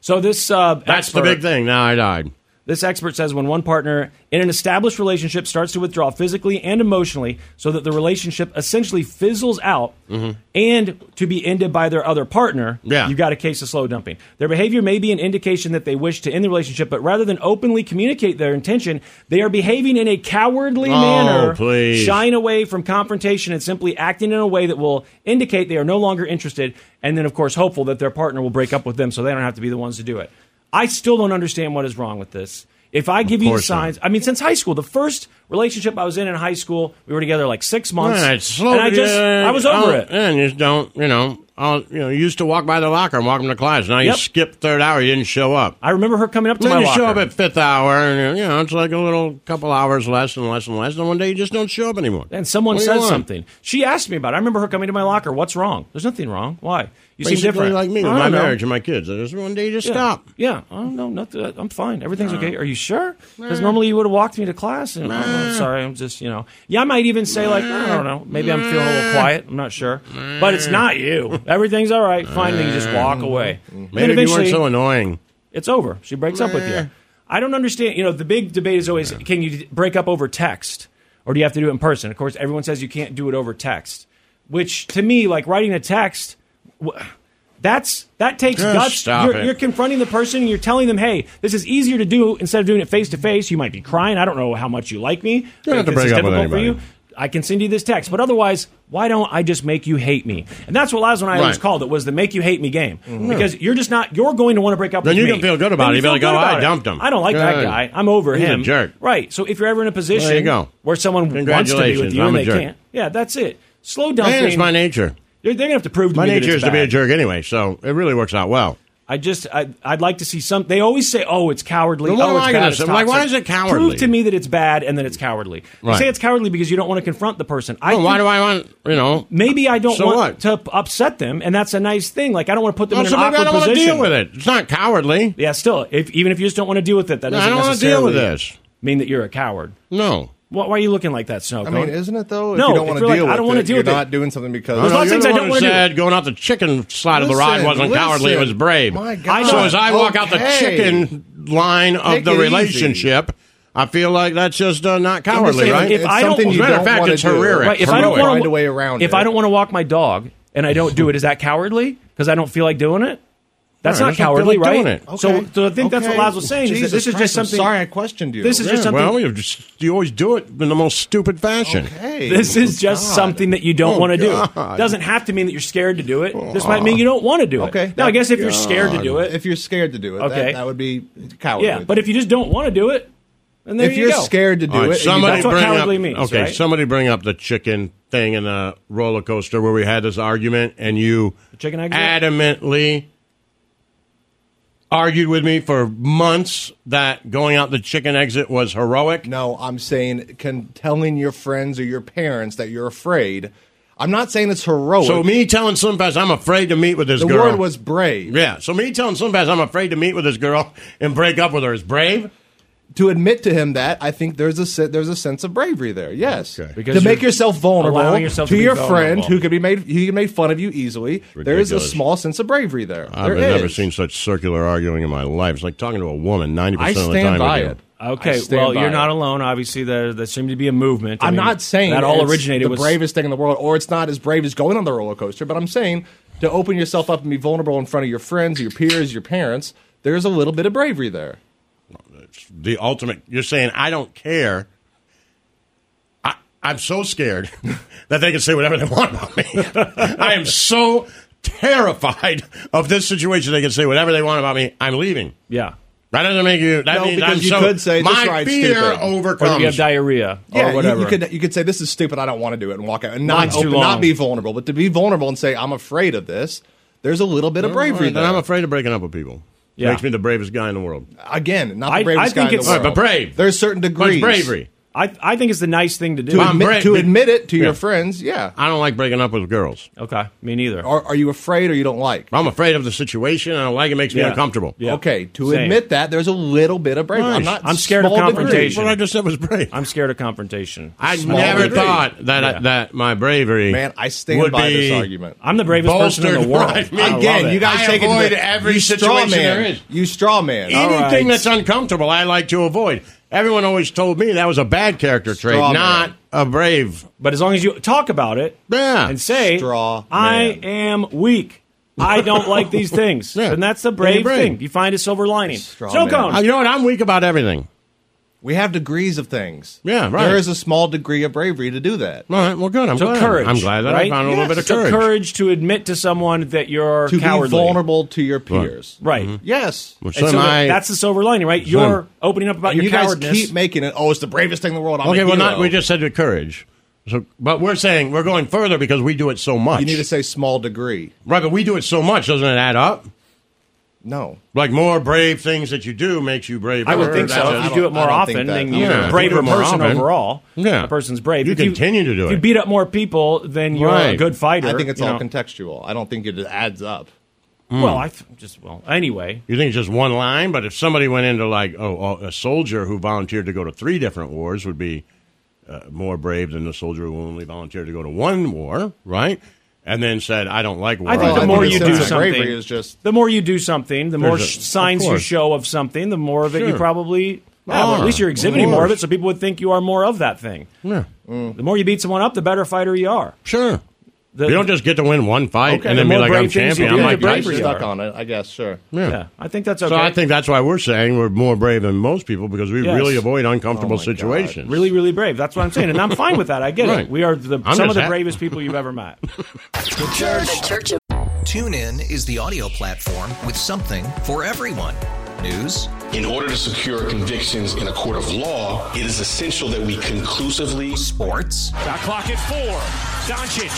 So this uh, That's the expert- big thing. Now I died. This expert says when one partner in an established relationship starts to withdraw physically and emotionally, so that the relationship essentially fizzles out and to be ended by their other partner, yeah. you've got a case of slow dumping. Their behavior may be an indication that they wish to end the relationship, but rather than openly communicate their intention, they are behaving in a cowardly Oh, manner, please. shying away from confrontation and simply acting in a way that will indicate they are no longer interested, and then, of course, hopeful that their partner will break up with them so they don't have to be the ones to do it. I still don't understand what is wrong with this. If I give you the course not. signs, I mean, since high school, the first relationship I was in in high school, we were together like six months, Right, slow, Oh, and I just, I was over it. And you just don't, you know, I'll, you know, you used to walk by the locker and walk them to class. Now you Yep. skip third hour, you didn't show up. I remember her coming up to then my you show up locker. at fifth hour, and you know it's like a little couple hours less and less and less. And one day you just don't show up anymore. And someone What do you says want? something. She asked me about it. I remember her coming to my locker. What's wrong? There's nothing wrong. Why? You Basically seem different. like me with I my don't know. marriage and my kids. There's one day you just yeah. stop. Yeah. Oh, no, nothing. I'm fine. Everything's Nah. okay. Are you sure? Because Nah. normally you would have walked me to class. And "Oh, Nah. I'm sorry. I'm just, you know. Yeah, I might even say, like, I don't know. Maybe I'm feeling a little Nah. quiet. I'm not sure. But it's not you. Everything's all right. Fine. Then you just walk away. And Mm-hmm. Maybe if you weren't eventually- so annoying. it's over. She breaks up with Meh. you. I don't understand. You know, the big debate is always can you d- break up over text or do you have to do it in person? Of course, everyone says you can't do it over text, which to me, like writing a text, wh- that's that takes Just guts. stop you're, it. you're confronting the person and you're telling them, "Hey, this is easier to do instead of doing it face to face. You might be crying. I don't know how much you like me. don't but have to if break this is up with difficult for anybody. you. I can send you this text, but otherwise, why don't I just make you hate me? And that's what last one I always Right. called it was the make you hate me game Mhm. because you're just not you're going to want to break up Then with you me. can feel good about Then you it. You'll be feel like, good "Oh, I about it. dumped him." I don't like that Good. guy. I'm over He's a him. jerk. Right. So if you're ever in a position There you go. where someone wants to be with Congratulations, you I'm and a they jerk. can't, yeah, that's it. Slow dumping. And it's my nature. They're, they're gonna have to prove to My me that nature it's is to be bad. a jerk anyway, so it really works out well. I just I, I'd like to see some. They always say, "Oh, it's cowardly." Then what oh, am it's I bad. gonna It's say? I'm like, why toxic." is it cowardly? Prove to me that it's bad, and then it's cowardly. You Right. say it's cowardly because you don't want to confront the person. I Well, why think- do I want, you know? Maybe I don't So want to upset them, and that's a nice thing. Like I don't want to put them Oh, in an so maybe awkward I don't wanna position. deal with it. It's not cowardly. Yeah, still, if, even if you just don't want to deal with it, that No, I doesn't don't wanna necessarily deal with this. mean that you're a coward. No. Why, why are you looking like that, Snow? I Cone? mean, isn't it though? If No, you don't if you're want to deal like, with I don't wanna it, deal you're with it. not doing something because There's No, lots of you're things the I one don't who want to do. said Going out the chicken slide of the ride Listen, wasn't cowardly; it was listen. brave. My God. So as I walk out the Okay. chicken line of Take the it easy. relationship, I feel like that's just uh, not cowardly, If- right? If, I don't, As a matter of fact, it's heroic. Right, if I don't heroic. wanna- if I don't want to walk my dog and I don't do it, is that cowardly? Because I don't feel like doing it. That's All right, not I don't feel cowardly, like right? doing it. So, Okay. so I think that's what Okay. Laz was saying. is that Jesus this is Christ, just I'm something. sorry I questioned you. This is just Yeah, something. Well, you just you always do it in the most stupid fashion. This oh, is just something that you don't Oh, want to do. God. Doesn't have to mean that you're scared to do it. This might mean you don't want to do it. Oh. Okay. Now, I guess if you're scared to do it, If you're scared to do it, Okay. that, that would be cowardly. yeah. But if you just don't want to do it, then there if you you're go. scared to do it, All right, and you somebody That's what bring cowardly up, means, Okay, right? somebody bring up the chicken thing in the roller coaster where we had this argument, and you chicken egg? adamantly argued with me for months that going out the chicken exit was heroic. No, I'm saying can telling your friends or your parents that you're afraid. I'm not saying it's heroic. So me telling Slimfast I'm afraid to meet with this Oh, the girl. word was brave. yeah. So me telling Slimfast I'm afraid to meet with this girl and break up with her is brave. To admit to him that I think there's a se- there's a sense of bravery there. Yes, Because to make you're yourself vulnerable allowing yourself to, to be your vulnerable. friend who could be made he can make fun of you easily. There is a ridiculous. small sense of bravery there. There I've never is. seen such circular arguing in my life. It's like talking to a woman ninety percent I of the stand time. by with you. it. I Okay, stand well, by you're it. not alone. Obviously, there, there seemed to be a movement. I I'm mean, not saying that all it's originated the was bravest thing in the world, or it's not as brave as going on the roller coaster. But I'm saying to open yourself up and be vulnerable in front of your friends, your peers, your parents. There's a little bit of bravery there. the ultimate. You're saying I don't care. I, I'm so scared (laughs) that they can say whatever they want about me. (laughs) I am so terrified of this situation. They can say whatever they want about me. I'm leaving. Yeah. That doesn't make you. That No, means because I'm you so, could say, "This my ride's fear stupid." Or if you have overcomes. diarrhea Yeah, or you- whatever. You, could you could say this is stupid. I don't want to do it and walk out and Mine's not too open, not long. be vulnerable, but to be vulnerable and say I'm afraid of this. There's a little bit of bravery Alright, then there. I'm afraid of breaking up with people. Yeah. Makes me the bravest guy in the world. Again, not I- the bravest I guy think in the it's- world, Alright, but brave. There's certain But degrees it's bravery. I, I think it's the nice thing to do. to I'm admit brave, to but- admit it to Yeah. your friends. Yeah, I don't like breaking up with girls. okay, me neither. are, are you afraid or you don't like? I'm afraid of the situation. I don't like it. Makes me Yeah. uncomfortable. Yeah. Okay, to Same. admit that there's a little bit of bravery. I'm Nice. not. I'm scared of small degree. confrontation. What I just said was brave. I'm scared of confrontation. I Small never degree. thought that I, Yeah. that my bravery. Man, I stand would by this be argument. I'm the bravest person in the bolstered world. by me. I love Again, it. you guys I take avoid it to the, every you straw situation man. there is. You straw man. All right. Anything that's uncomfortable, I like to avoid. Everyone always told me that was a bad character trait, Straw man. not a brave. But as long as you talk about it Yeah. and say, Straw I am weak. I don't like these things. Yeah. And that's the Then you're brave, brave. thing. You find a silver lining. Straw Snow man. cone. Uh, you know what? I'm weak about everything. We have degrees of things. Yeah, right. There is a small degree of bravery to do that. All right, well, good. I'm So glad. courage. I'm glad that right? I found a little bit of So courage. to admit to someone that you're To cowardly. be vulnerable to your peers. Right. Yes. Which And so Mm-hmm. some that- I- that's the silver lining, right? You're opening up about And your you guys cowardness. keep making it. Oh, it's the bravest thing in the world. I'm okay, a well, not hero." we just said the courage. So, but we're saying we're going further because we do it so much. You need to say small degree. right, but we do it so much, doesn't it add up? No. Like more brave things that you do makes you brave. I would think so. If you do it more often, then you're a braver person overall. Yeah, a person's brave. You If continue to do If you it. beat up more people, then you're a good fighter. I think it's you all know. contextual. I don't think it adds up. Hmm. Well, I th- just well anyway. You think it's just one line, but if somebody went into like oh, oh, a soldier who volunteered to go to three different wars would be uh, more brave than the soldier who only volunteered to go to one war, right? And then said, "I don't like war." I think the don't more do you that." do something, the more you do something, the more There's a- sh of signs you course. show of something, the more of it you Sure. probably. have, or Are. at least you're Of exhibiting more of it, course. so people would think you are more of that thing. Yeah. The more you beat someone up, the better fighter you are. Sure. The- you don't just get to win one fight Okay, and the then be more like, "I'm brave things you champion." do, I'm the like, braver you Stuck are. on it, I guess. Sure. Yeah. I think that's okay. So I think that's why we're saying we're more brave than most people because we Yes. really avoid uncomfortable Oh my God. situations. Really, really brave. That's what I'm saying, and I'm fine with that. I get Right. it. We are the, I'm some just of the ha- bravest people you've ever met. The Church. TuneIn is the audio platform with something for everyone. News, In order to secure convictions in a court of law, it is essential that we conclusively sports, Shot clock at four. Doncic.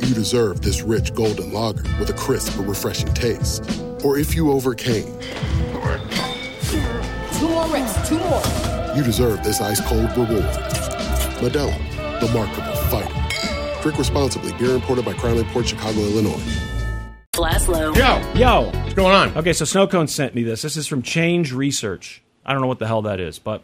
you deserve this rich golden lager with a crisp but refreshing taste. Or if you overcame, Two more reps, two more. you deserve this ice cold reward. Medella, the mark of a fighter. Drink responsibly. Beer imported by Crown Port Chicago, Illinois. Laszlo. Yo. Yo. What's going on? Okay, so Snowcone sent me this. This is from Change Research. I don't know what the hell that is, but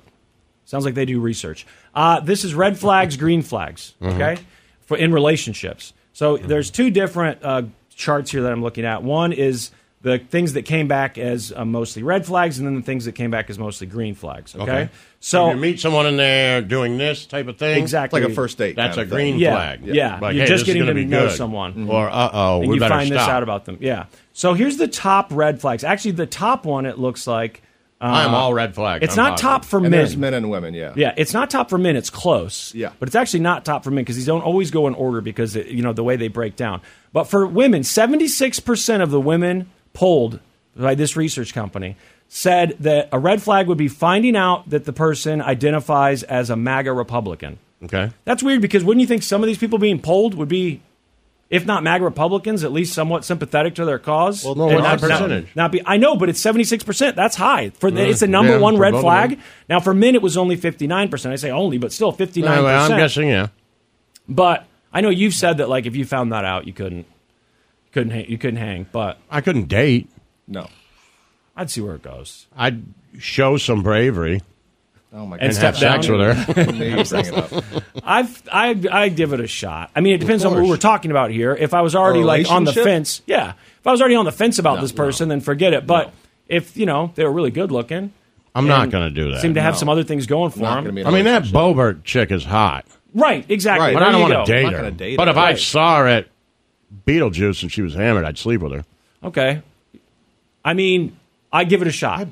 sounds like they do research. Uh, this is red flags, green flags, Mm-hmm. Mhm. okay, for in relationships. So there's two different uh, charts here that I'm looking at. One is the things that came back as uh, mostly red flags, and then the things that came back as mostly green flags. Okay, Okay. so If you meet someone and they're doing this type of thing, Exactly. Like a first date That's kind a of thing. green Yeah. flag. Yeah. Like, You're hey, just this is getting gonna to be know good. someone. Mhm. Or uh oh, and we you better find this stop. out about them. Yeah. So here's the top red flags. Actually, the top one it looks like. uh, I'm all red flag. It's I'm not positive. top for And men. there's Men and women, yeah. Yeah, it's not top for men. It's close. Yeah. but it's actually not top for men because these don't always go in order because it, you know the way they break down. But for women, seventy six percent of the women polled by this research company said that a red flag would be finding out that the person identifies as a MAGA Republican. Okay. That's weird because wouldn't you think some of these people being polled would be, if not MAGA Republicans, at least somewhat sympathetic to their cause? Well, no, And what's not- the not- percentage? Not, be, I know, but it's seventy six percent. That's high for the, Mm, it's the number yeah, one for red both of flag. them. Now for men, it was only fifty nine percent. I say only, but still fifty nine Anyway, percent. I'm guessing, yeah. But I know you've said that like if you found that out, you couldn't, couldn't, hang, you couldn't hang. But I couldn't date. no, I'd see where it goes. I'd show some bravery. Oh my And And step have sex down. (laughs) (laughs) with You bring it her. up. I've I I give it a shot. I mean, it Of depends on what course. we're talking about here. If I was already A like on the relationship? fence, yeah. If I was already on the fence about No, this person, then forget it. But if you know they were really good looking, I'm not and gonna do that. Seem to have No. some other things going for I them. mean, that Bobert chick is hot. right? Exactly. But There I don't you want go. to date her. but if I saw her at Beetlejuice and she was hammered, I'd sleep with her. okay, I mean, I give it a shot. I, I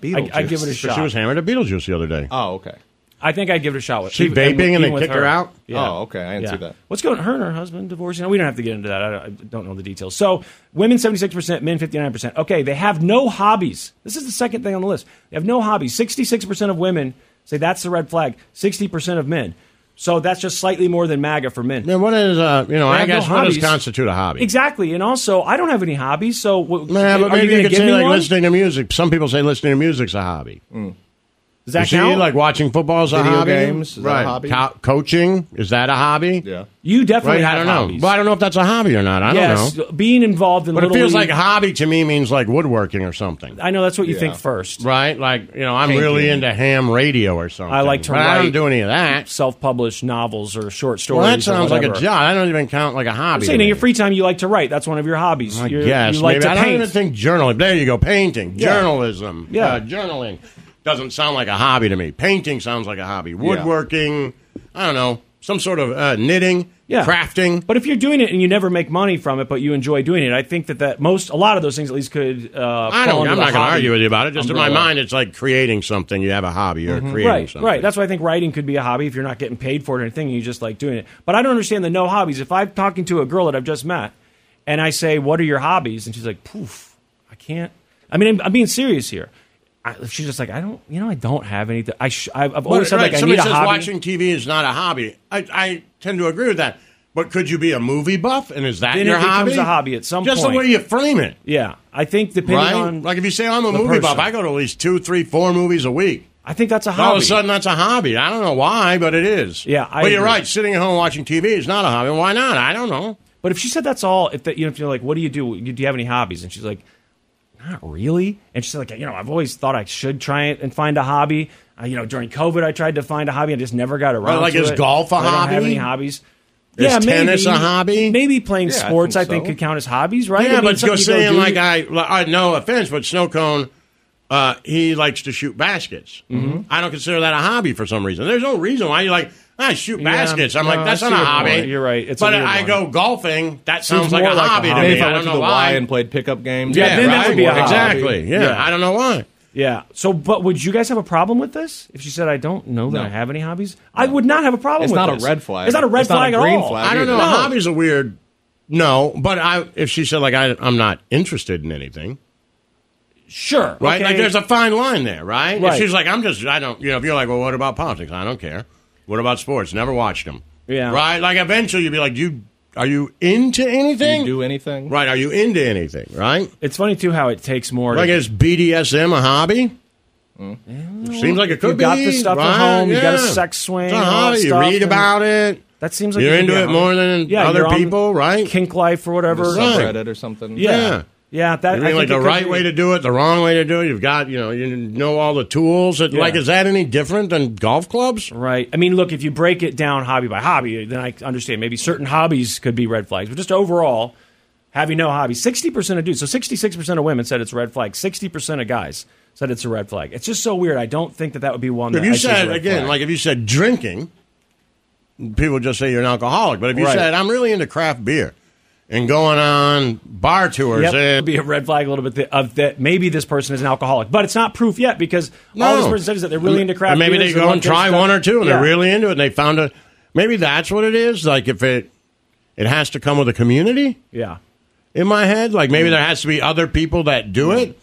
give it a But shot. Uh, She was hammered at Beetlejuice the other day. Oh, okay. I think I give it a shot with. She even- vaping and even they with kicked her out? Yeah. Oh, okay. I didn't Yeah. see that. What's going? Her and her husband divorcing. We don't have to get into that. I don't, I don't know the details. So women seventy six percent, men fifty nine percent. Okay, they have no hobbies. This is the second thing on the list. They have no hobbies. Sixty six percent of women say that's the red flag. Sixty percent of men. So that's just slightly more than MAGA for men. Man, what is uh, you know? They I have no guess what does hobbies. constitute a hobby? Exactly, and also I don't have any hobbies. So what, Yeah, but are maybe you going you, to could give say me like one? Hmm. listening to music. Some people say listening to music's a hobby. Does that you see, count? like watching football is a Video hobby. games, is that a right? hobby? Co- coaching is that a hobby? Yeah, you definitely Right? have I don't know. hobbies. Well, I don't know if that's a hobby or not. I yes, don't know. being involved in But it Little feels League- like hobby to me means like woodworking or something. I know that's what you Yeah. think first, right? Like you know, I'm really into ham radio or something. I like to But write. I don't do any of that. Self-published novels or short stories. Well, or that sounds like a whatever. job. I don't even count like a I'm hobby. saying to in me. your free time you like to write. That's one of your hobbies. I You're- guess. you like maybe. to I paint. don't even think journalism. There you go. Painting, Yeah. journalism, Yeah. uh, journaling doesn't sound like a hobby to me. Painting sounds like a hobby. Woodworking, I don't know, some sort of uh, knitting, yeah. crafting. But if you're doing it and you never make money from it, but you enjoy doing it, I think that that most a lot of those things at least could. Uh, I fall don't. under the I'm not going to hobby argue with you about it. Just in my umbrella. Mm-hmm. mind, it's like creating something. You have a hobby. You're creating right, something. right. That's why I think writing could be a hobby if you're not getting paid for it or anything. And you just like doing it. But I don't understand the no hobbies. If I'm talking to a girl that I've just met, and I say, "What are your hobbies?" and she's like, "Poof, I can't." I mean, I'm, I'm being serious here. I, she's just like, "I don't, you know, I don't have anything. I sh- I've I've always But, said right, like I somebody need a says hobby." watching TV is not a hobby. I, I tend to agree with that. But could you be a movie buff? And is that Then it your becomes hobby? a hobby at some Just point. the way you frame it. yeah, I think depending right? on like if you say I'm a the movie buff, person. I go to at least two, three, four movies a week. I think that's a All of hobby. a sudden, that's a hobby. I don't know why, but it is. Yeah, I but you're agree. right. Sitting at home watching TV is not a hobby. Why not? I don't know. But if she said that's all, if that you know, if you're like, what do you do? You- Do you have any hobbies? And she's like, not really. And she's like, you know, I've always thought I should try it and find a hobby. Uh, you know, during COVID, I tried to find a hobby. I just never got around. like, to is it. golf a I don't have hobby? any hobbies. Is yeah, tennis maybe, a hobby? Maybe playing Yeah, I sports, I think think, so. could count as hobbies, right? Yeah, I mean, but something you're you saying do. like I, like, I, no offense, but Snow Cone, uh, he likes to shoot baskets. Mhm. I don't consider that a hobby for some reason. There's no reason why you like I shoot Yeah, baskets. I'm no, like that's I not see a your hobby. point. You're right. It's a but weird I one. go golfing. That sounds Seems like more a like a hobby to hobby. me. If I I went don't to know the why. Y and played pickup games. Yeah, then that right. would be a hobby. exactly. Yeah, I don't know why. Yeah. So, but would you guys have a problem with this? If she said, "I don't know that No. I have any hobbies," I would not have a problem. It's with not a this. red flag. It's not a red It's not a flag green at all. flag I don't either. know. Hobbies are weird. No, but I if she said like I, I'm not interested in anything. Sure. Right? okay. Like there's a fine line there, right? Right. If she's like, I'm just, I don't, you know, if you're like, well, what about politics? I don't care. What about sports? Never watched them. Yeah. Right? Like eventually you'd be like, do you, are you into anything? do anything? Right. Are you into anything? Right? It's funny too how it takes more. Like is BDSM a hobby? Seems like it could Mm. you be. got the stuff right? at home. You got a Yeah. sex swing. It's a and all hobby. that You stuff, read and about it. That seems like You're it could into be a it hobby. more than yeah, other you're on people, right? Kink life or whatever. The subreddit or something. Yeah. Yeah. Yeah. that I You mean like think it the could right be. way to do it, the wrong way to do it? You've got, you know, you know all the tools. That, Yeah. Like, is that any different than golf clubs? Right. I mean, look, if you break it down hobby by hobby, then I understand. Maybe certain hobbies could be red flags, but just overall, having no hobbies, sixty percent of dudes, so sixty-six percent of women said it's a red flag. Sixty percent of guys said it's a red flag. It's just so weird. I don't think that that would be one. If that you I see as a said red again, flag. like if you said drinking, people would just say you're an alcoholic. But if you Right. said I'm really into craft beer and going on bar tours, Yep. and be a red flag a little bit that- of that maybe this person is an alcoholic, but it's not proof yet because all this person said is that they're really into craft. Or maybe beers they go want and good try stuff. one or two, and Yeah. they're really into it. and They found a maybe that's what it is. Like if it it has to come with a community yeah. Mm-hmm. in my head. Like maybe there has to be other people that do it.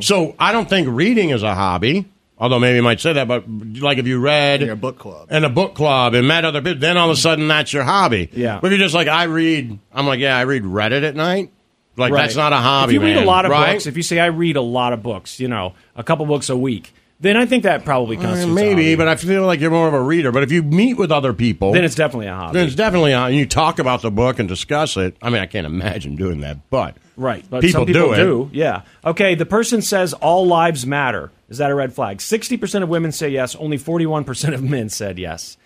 So I don't think reading is a hobby. Although maybe you might say that, but like if you read Yeah, book club. and a book club and met other people, then all of a sudden that's your hobby. Mm-hmm. Yeah. But if you're just like I read, I'm like yeah, I read Reddit at night. Like Right. that's not a hobby. If you read man, a lot of right? books, if you say I read a lot of books, you know, a couple books a week, then I think that probably Uh, constitutes a maybe, hobby. but I feel like you're more of a reader. But if you meet with other people, Then it's definitely a hobby. Oh. then it's definitely on. You talk about the book and discuss it. I mean, I can't imagine doing that, but Right, but people, some people do, do, it. Yeah. Okay. The person says all lives matter. Is that a red flag? Sixty percent of women say yes. Only forty-one percent of men said yes.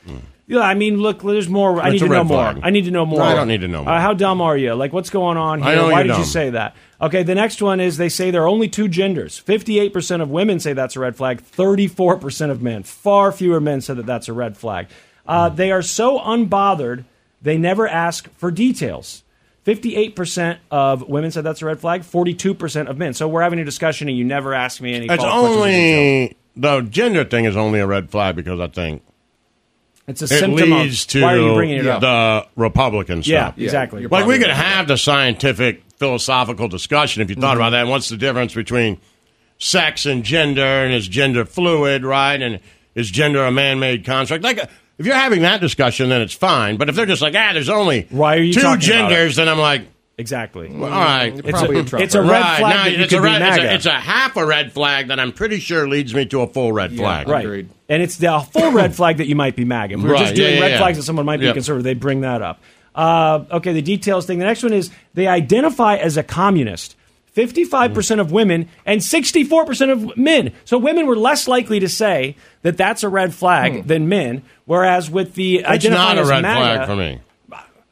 Yeah, I mean, look, there's more. I It's need Hmm. a to red know flag. more. I need to know No, more. I don't need to know more. Uh, how dumb are you? Like, what's going on here? I know Why did you're you dumb. say that? Okay, the next one is they say there are only two genders. 58% of women say that's a red flag, 34% of men. Far fewer men said that that's a red flag. Hmm. Uh, They are so unbothered, they never ask for details. 58% of women said that's a red flag, 42% of men. So we're having a discussion and you never ask me any It's follow-up questions or details. only the gender thing is only a red flag because I think It's a it symptom leads of to why are you bringing it up? the Republican Yeah, stuff. exactly. You're Like probably we could right. have the scientific philosophical discussion if you Mm-hmm. thought about that. What's the difference between sex and gender, and is gender fluid, right? And is gender a man-made construct? Like uh, if you're having that discussion, then it's fine. But if they're just like, ah, there's only Why are you two talking about it? genders, then I'm like, Exactly. Well, all right. It's, Probably a, in trouble. it's a red Right, flag now that you it's, could a be red, it's, MAGA. a, it's a half a red flag that I'm pretty sure leads me to a full red flag. right. And it's the full (coughs) red flag that you might be MAGA. If we were Right, just doing yeah, yeah, red yeah. flags that someone might be Yep. conservative, they bring that up. Uh, okay, the details thing. The next one is they identify as a communist. 55% of women and 64% of men. So women were less likely to say that that's a red flag than men, whereas with the Hmm. It's identifying not a as red MAGA, flag for me.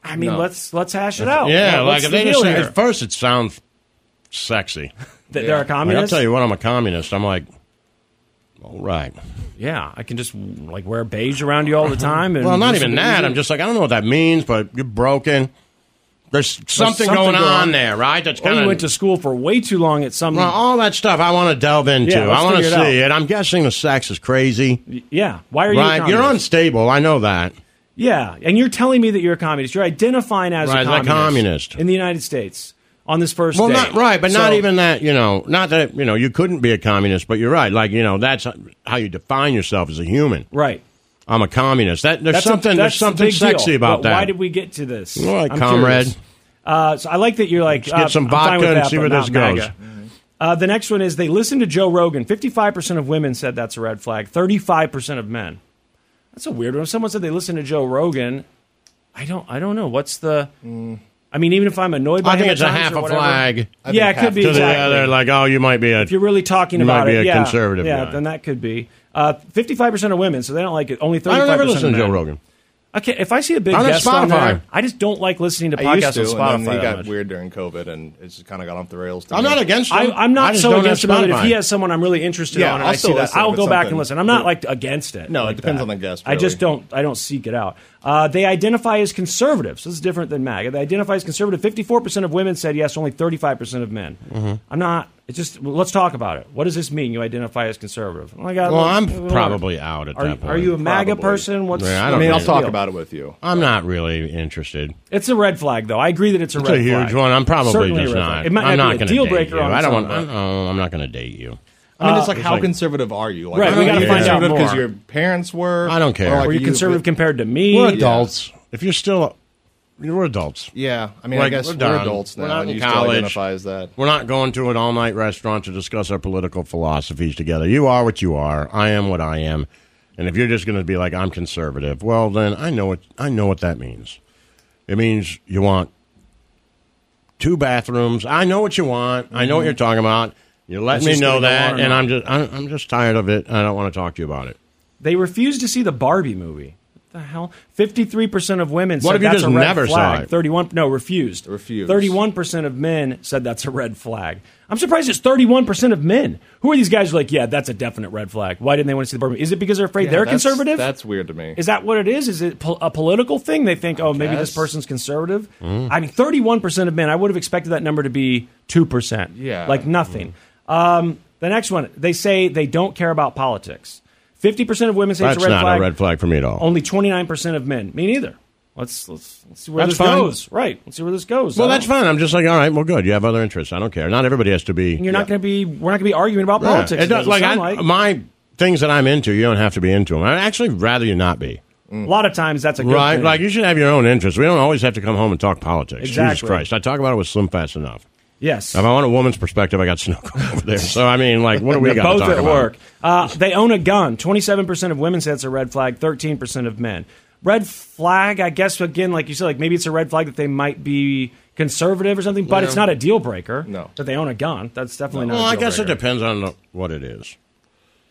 I mean, No. let's let's hash it out. Yeah, What's like the if they deal just say, here? at first it sounds sexy. That they're a Like, I'll communist? tell you what, I'm a communist. I'm like, all right. Yeah, I can just like wear beige around you all the time. And (laughs) well, not this even will be that. easy. I'm just like, I don't know what that means, but you're broken. There's something, something going, going on on. there, right? That's Or kind you of went to school for way too long at some. Well, all that stuff I want to delve into. Yeah, let's I want to figure see it out. it. I'm guessing the sex is crazy. yeah. Why are you? a right? You're communist? unstable. I know that. Yeah, and you're telling me that you're a communist. You're identifying as Right, a, as a communist communist. in the United States on this first Well, date. not right, but not So- even that. You know, not that you know you couldn't be a communist, but you're right. Like you know, that's how you define yourself as a human. Right. I'm a communist. That there's That's a- that's something there's a something big deal. sexy about But that. Why did we get to this? All right, I'm comrade. curious. Uh, so I like that you're like Let's get uh, some I'm fine vodka with and that, see but where this not MAGA. goes. Uh, the next one is they listen to Joe Rogan. Fifty-five percent of women said that's a red flag. Thirty-five percent of men. That's a weird one. If someone said they listen to Joe Rogan, I don't. I don't know. What's the? I mean, even if I'm annoyed by Mm. I him think at it's a times half or a whatever- flag. Yeah, it could be to exactly. the other. Like, oh, you might be a. If you're really talking you might about be it, a yeah, conservative yeah, guy. then that could be. Uh, Fifty-five percent of women, so they don't like it. Only I thirty-five don't percent. ever listen to Joe Rogan. Okay, if I see a big I'm on guest on Spotify. there, I just don't like listening to I used podcasts to, on Spotify. and then that he got much. weird during COVID, and it's kind of got off the rails. to I'm me. not against him. I, I'm I not just so don't against him, have but if he Spotify. has someone I'm really interested Yeah, on, and I'll I see still that, listen if I'll it's go back something- and listen. I'm not like against it. No, it like depends that. on the guest, I just really. don't. I don't seek it out. Uh, they identify as conservative, so this is different than MAGA. They identify as conservative. Fifty-four percent of women said yes. Only thirty-five percent of men. Oh I'm not. It's just well, let's talk about it. What does this mean? You identify as conservative? Well, I got, Well, look, I'm look, probably out at are, that point. Are you a MAGA Probably. person? What's Yeah, I I don't mean, I'll really- talk about it with you. I'm not really interested. It's a red flag, though. I agree that it's a It's red a flag. huge one. I'm probably Certainly just a red flag. not. It might not I'm not be a going to deal date breaker you. on I don't some, want. but- oh, I'm not going to date I you. Ah, mean, it's Uh, like how conservative are you? Like, Right, I we don't gotta care. find out Conservative 'cause more. your parents were. I don't care. or, like, Were you you- conservative compared to me? We're adults. If you're still, we're adults. Yeah, I mean, I Like, guess we're, done. adults We're now, not and in you still college. identify as that. We're not going to an all-night restaurant to discuss our political philosophies together. You are what you are. I am what I am. And if you're just going to be like I'm conservative, well then I know what I know what that means. It means you want two bathrooms. I know what you want. I know what you're talking about. You let It's me Mm-hmm. just know gonna go that, on and and on. I'm just I'm, I'm just tired of it. I don't want to talk to you about it. They refused to see the Barbie movie. What the hell? Fifty-three percent of women What said if you that's just a red never saw flag. it? Thirty-one, no, refused. Refused. Thirty-one percent of men said that's a red flag. I'm surprised it's thirty-one percent of men. Who are these guys? Who are like, yeah, that's a definite red flag. Why didn't they want to see the Barbie? Is it because they're afraid Yeah, they're that's- conservative? That's weird to me. Is that what it is? Is it po- a political thing? They think, oh, maybe this guess. person's conservative. Mm. I mean, thirty-one percent of men. I would have expected that number to be two percent. Yeah. like nothing. Um, the next one, they say they don't care about politics. Fifty percent of women say That's it's a red not flag. a red flag for me at all. Only twenty-nine percent of men. Me neither. Let's let's, let's see where That's this fine. goes. Right. Let's see where this goes. Well, I that's don't- fine. I'm just like, all right, well, good. You have other interests. I don't care. Not everybody has to be. You're not going to be. We're not going to be arguing about Yeah. politics. It, It does- doesn't like, sound I- like. my things that I'm into. You don't have to be into them. I'd actually rather you not be. a lot of times, that's a good Right, thing. like you should have your own interests. We don't always have to come home and talk politics. Jesus Exactly. Christ, I talk about it with Slim Fast enough. yes. If I want a woman's perspective, I got (laughs) Snook over there. So I mean, like, what do we They're got to both talk at about? work. Uh, they own a gun. Twenty-seven percent of women say it's a red flag. Thirteen percent of men. Red flag, I guess. Again, like you said, like maybe it's a red flag that they might be conservative or something, but Yeah. it's not a deal breaker. No. that they own a gun. That's definitely not. Well, a I deal guess it breaker. depends on the, what it is.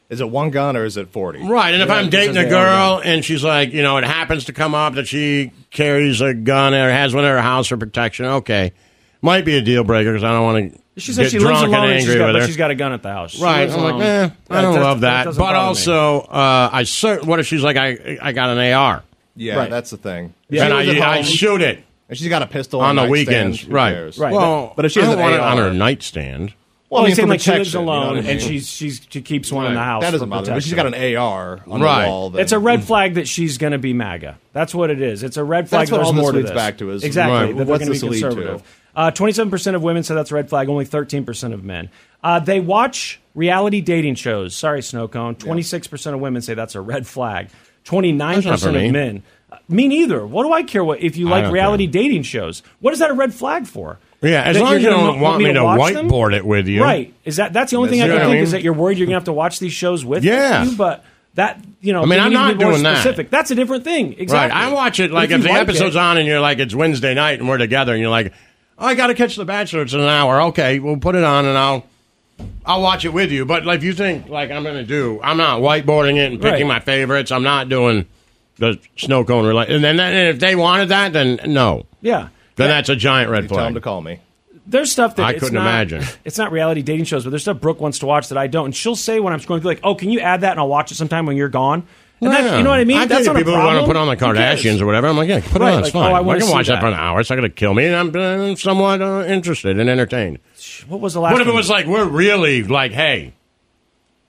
Is it one gun or is it forty? Right, and if I'm dating a girl and she's like, you know, it happens to come up that she carries a gun or has one at her house for protection, okay, might be a deal breaker because I don't want to She said get she lives drunk and alone, and she's angry got, with but her. she's got a gun at the house. She Right. lives I'm like, alone. eh, I That- don't love that. doesn't but bother me. also, uh, I cer- what if she's like, I I got an AR. Yeah, Right. that's the thing. Yeah. And She lives at I- I home, shoot it. And she's got a pistol on the nightstand, weekends, who right? cares? Well, but if she I has don't an want it AR, on her nightstand, Well, I mean, he's saying for like she lives protection, you know alone what I and mean? she's she's she keeps one in Right. the house. That doesn't for bother me. But she's got protection. an AR on Right. the wall. then- It's a (laughs) red flag that she's going to be MAGA. That's what it is. It's a red flag. That's what there's all this more leads to this. back to is- exactly Right. that they're What's going to be this lead to? conservative. Uh, 27% of women said that's a red flag. Only 13% of men. Uh, they watch reality dating shows. Sorry, Snow Cone. 26% of women say that's a red flag. That's not 29% for me. of men. uh, Me neither. What do I care what if you I like don't reality dating shows? What is that a red flag for? Yeah, as That long you're as you gonna don't want me to watch them? whiteboard it with you. Right. Is that that's the only That's thing I it. can Yeah, I think mean- is that you're worried you're gonna have to watch these shows with Yeah. you, but that you know, I mean, being I'm even not more doing that. specific. That's a different thing. Exactly. Right. I watch it But like if you if, the like episode's it- on and you're like it's Wednesday night and we're together and you're like, oh, I got to catch The Bachelor. It's in an hour. Okay, we'll put it on and I'll I'll watch it with you. But like if you think like I'm going to do, I'm not whiteboarding it and picking my favorites. I'm not doing the snow cone related. And then and if they wanted that, then no. Yeah. Then that's a giant red flag. Tell him to call me. there's stuff that I it's couldn't not- imagine. It's not reality dating shows, but there's stuff Brooke wants to watch that I don't. And she'll say when I'm scrolling, through, like, "Oh, can you add that and I'll watch it sometime when you're gone." (laughs) And that, Yeah. you know what I mean? I That's tell not you, a people problem. want to put on the Who cares? Kardashians or whatever. I'm like, yeah, put Right, it on. like, It's fine. oh, I I, wanna can see watch that. that. for an hour. It's not going to kill me, and I'm, uh, somewhat uh, interested and entertained. What was the last? what if it one? was like we're really like, hey,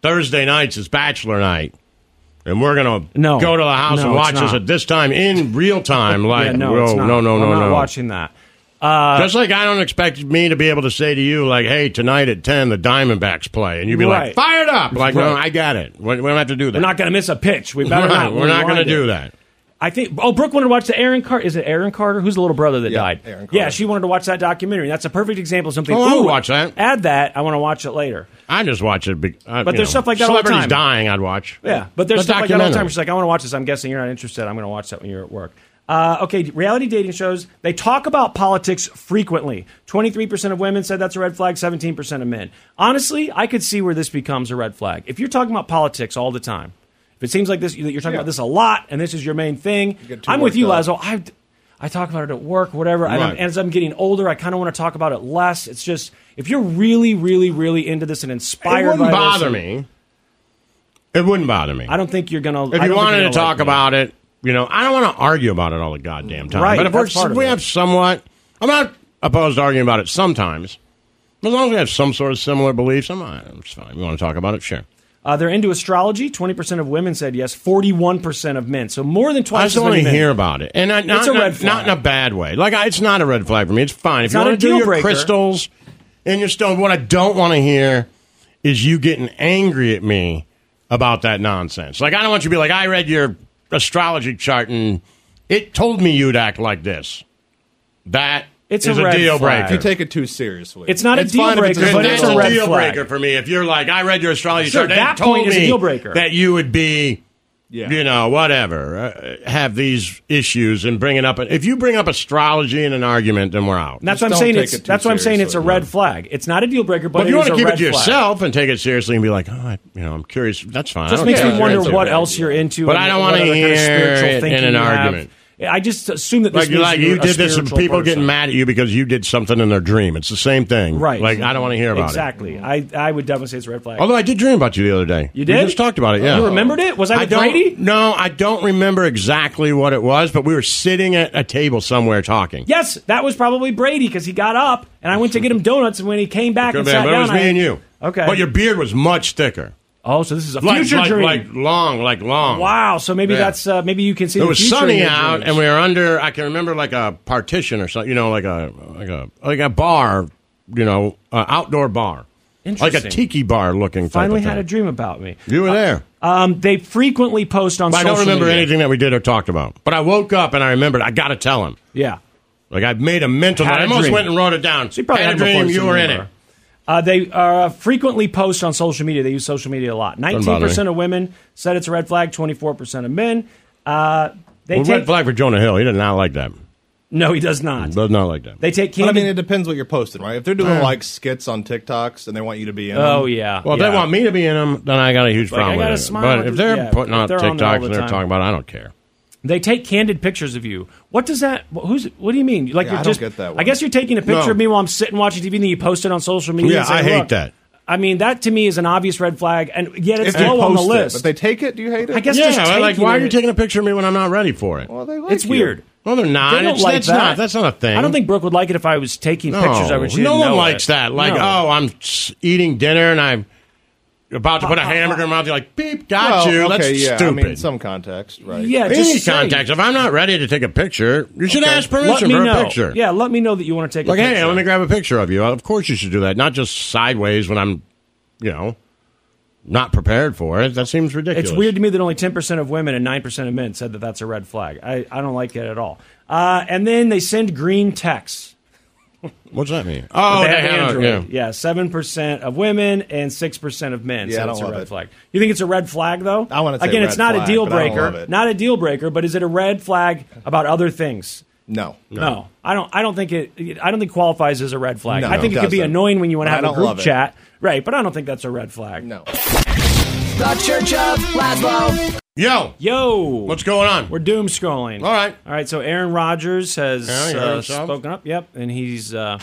Thursday nights is bachelor night, and we're gonna No. go to the house No, and it's watch this not. at this time in real time? Like, Yeah, no, whoa, it's not. no, no, I'm no, not no. watching that. Uh, Just like I don't expect me to be able to say to you, like, hey, tonight at 10, the Diamondbacks play. And you'd be Right. like, fired up. Like, no, Right. I got it. We we don't have to do that. We're not going to miss a pitch. We better Right, not. We're not going to Rewind it. do that. I think. Oh, Brooke wanted to watch the Aaron Carter. Is it Aaron Carter? Who's the little brother that died? Aaron Carter. yeah, she wanted to watch that documentary. That's a perfect example of something. Oh, I would Ooh, watch that. Add that. I want to watch it later. I just watch it. Be, uh, But there's you know, stuff like that all the Celebrities time. dying, I'd watch. Yeah, but there's The stuff like that all the time. documentary. She's like, I want to watch this. I'm guessing you're not interested. I'm going to watch that when you're at work. Uh, okay, reality dating shows, they talk about politics frequently. 23% of women said that's a red flag, 17% of men. Honestly, I could see where this becomes a red flag. If you're talking about politics all the time, if it seems like this, that you're talking Yeah. about this a lot and this is your main thing, get too I'm with worked you, up. Lazo. I, I talk about it at work, whatever. And I'm- Right. as I'm getting older, I kind of want to talk about it less. It's just, if you're really, really, really into this and inspired it wouldn't by this bother and- me. It wouldn't bother me. I don't think you're going If you wanted to talk about it, you know, I don't want to argue about it all the goddamn time. Right, But if we're, that's part of we it. have somewhat, I'm not opposed to arguing about it sometimes. As long as we have some sort of similar beliefs, I'm not, it's fine. You want to talk about it? Sure. Uh, they're into astrology. Twenty percent of women said yes. Forty-one percent of men. So more than I twice. just as want many to men. hear about it, and I, not, It's a not- red flag. not in a bad way. Like I, it's not a red flag for me. It's fine. It's if you not want a to do deal your breaker. crystals and your stone, what I don't want to hear is you getting angry at me about that nonsense. Like I don't want you to be like, I read your astrology chart and it told me you'd act like this. That It's is a red deal flag. breaker. You take it too seriously. It's not a deal fine if breaker, but that's it's a red deal flag. breaker for me. If you're like, I read your astrology Sure, chart, and that it told point me is a deal breaker. that you would be, Yeah. you know, whatever, uh, have these issues and bring it up. If you bring up astrology in an argument, then we're out. And that's what I'm saying. It's, that's what I'm saying. It's a red flag. It's not a deal breaker, but, But if you want to keep it to flag. yourself and take it seriously and be like, oh, I, you know, I'm curious. That's fine. I just don't makes care. me wonder It's a what red else you're into. But and I don't what wanna other kind of hear spiritual it in thinking an you have. argument. I just assume that this like you means like you're you a did this and spiritual people person. getting mad at you because you did something in their dream. It's the same thing. Right. Like I don't want to hear about exactly. Exactly. I I would definitely say it's a red it. flag. Although I did dream about you the other day. You did? We just talked about it, yeah. You remembered it? Was I with don't, Brady? No, I don't remember exactly what it was, but we were sitting at a table somewhere talking. Yes, that was probably Brady because he got up and I went to get him donuts and when he came back and Could've been, sat but down, it was I- me and you. Okay. But your beard was much thicker. Oh, so this is a like, future like, dream. Like long, like long. Wow. So maybe Yeah. that's uh, maybe you can see. It the was future in sunny your out, dreams. and we were under. I can remember like a partition or something. You know, like a like a like a bar. You know, uh, outdoor bar. Like a Interesting. tiki bar looking. finally type of had a thing. dream about me. You were there. Um, they frequently post on. But I social don't remember media. anything that we did or talked about. But I woke up and I remembered. I got to tell him. Yeah. Like I made a mental. Had note. I a almost dream. went and wrote it down. So you probably had a them before dream. You seen were them in it. ever. Uh, they uh, frequently post on social media. They use social media a lot. Doesn't bother Nineteen me. percent of women said it's a red flag. Twenty-four percent of men. Uh, they Well, take red flag for Jonah Hill. He did not like that. no, he does not. Does not like that. They take But I candy. mean, it depends what you're posting, right? If they're doing Yeah. like skits on TikToks and they want you to be in, Oh, them- yeah. Well, if they want me to be in them, then I got a huge Like, I problem gotta with it. smile But with if the- they're yeah, putting if out they're on there all TikToks the and they're time. talking about, it, I don't care. They take candid pictures of you. What does that? wh- Who's? What do you mean? Like Yeah, you're I don't just? get that I one. guess you're taking a picture No. of me while I'm sitting watching TV, and then you post it on social media. Yeah, and say, I hate "Look." that. I mean, that to me is an obvious red flag, and yet it's If they low on the post it, list. but they take it. Do you hate it? I guess yeah, just I like taking why are it- you taking a picture of me when I'm not ready for it? Well, they like It's you. weird. No, they're not. They don't It's- like that's that. not. That's not a thing. I don't think Brooke would like it if I was taking no, pictures of her. and she no didn't one know likes it. that. Like, No. oh, I'm s- eating dinner and I'm about to put a hamburger in my mouth. You're like, beep, got Well, you. okay, that's yeah, I stupid. mean, some context, right? Yeah, Any just say- context. If I'm not ready to take a picture, you should ask let permission me for a know. picture. Yeah, let me know that you want to take Like, a hey, picture. let me grab a picture of you. Of course, you should do that. Not just sideways when I'm, you know, not prepared for it. That seems ridiculous. It's weird to me that only 10% of women and 9% of men said that that's a red flag. I, I don't like it at all. Uh, and then they send green texts. What's that mean? Oh, yeah, yeah, Android. Yeah. 7% of women and 6% of men Yeah, I said don't it's a love red it. flag. You think it's a red flag, though? I wanna say Again, it's red not a flag, deal but I don't love breaker. it. Not a deal breaker, but is it a red flag about other things? No. No. I don't. I don't think it. I don't think qualifies as a red flag. No, I think it it could be doesn't. annoying when you want But to I have a don't group love it. chat, right? But I don't think that's a red flag. No. The Church of Laszlo. Yo, yo, what's going on? We're doom scrolling. All right, all right. So Aaron Rodgers has Yeah, you heard uh, himself. spoken up. Yep, and he's uh,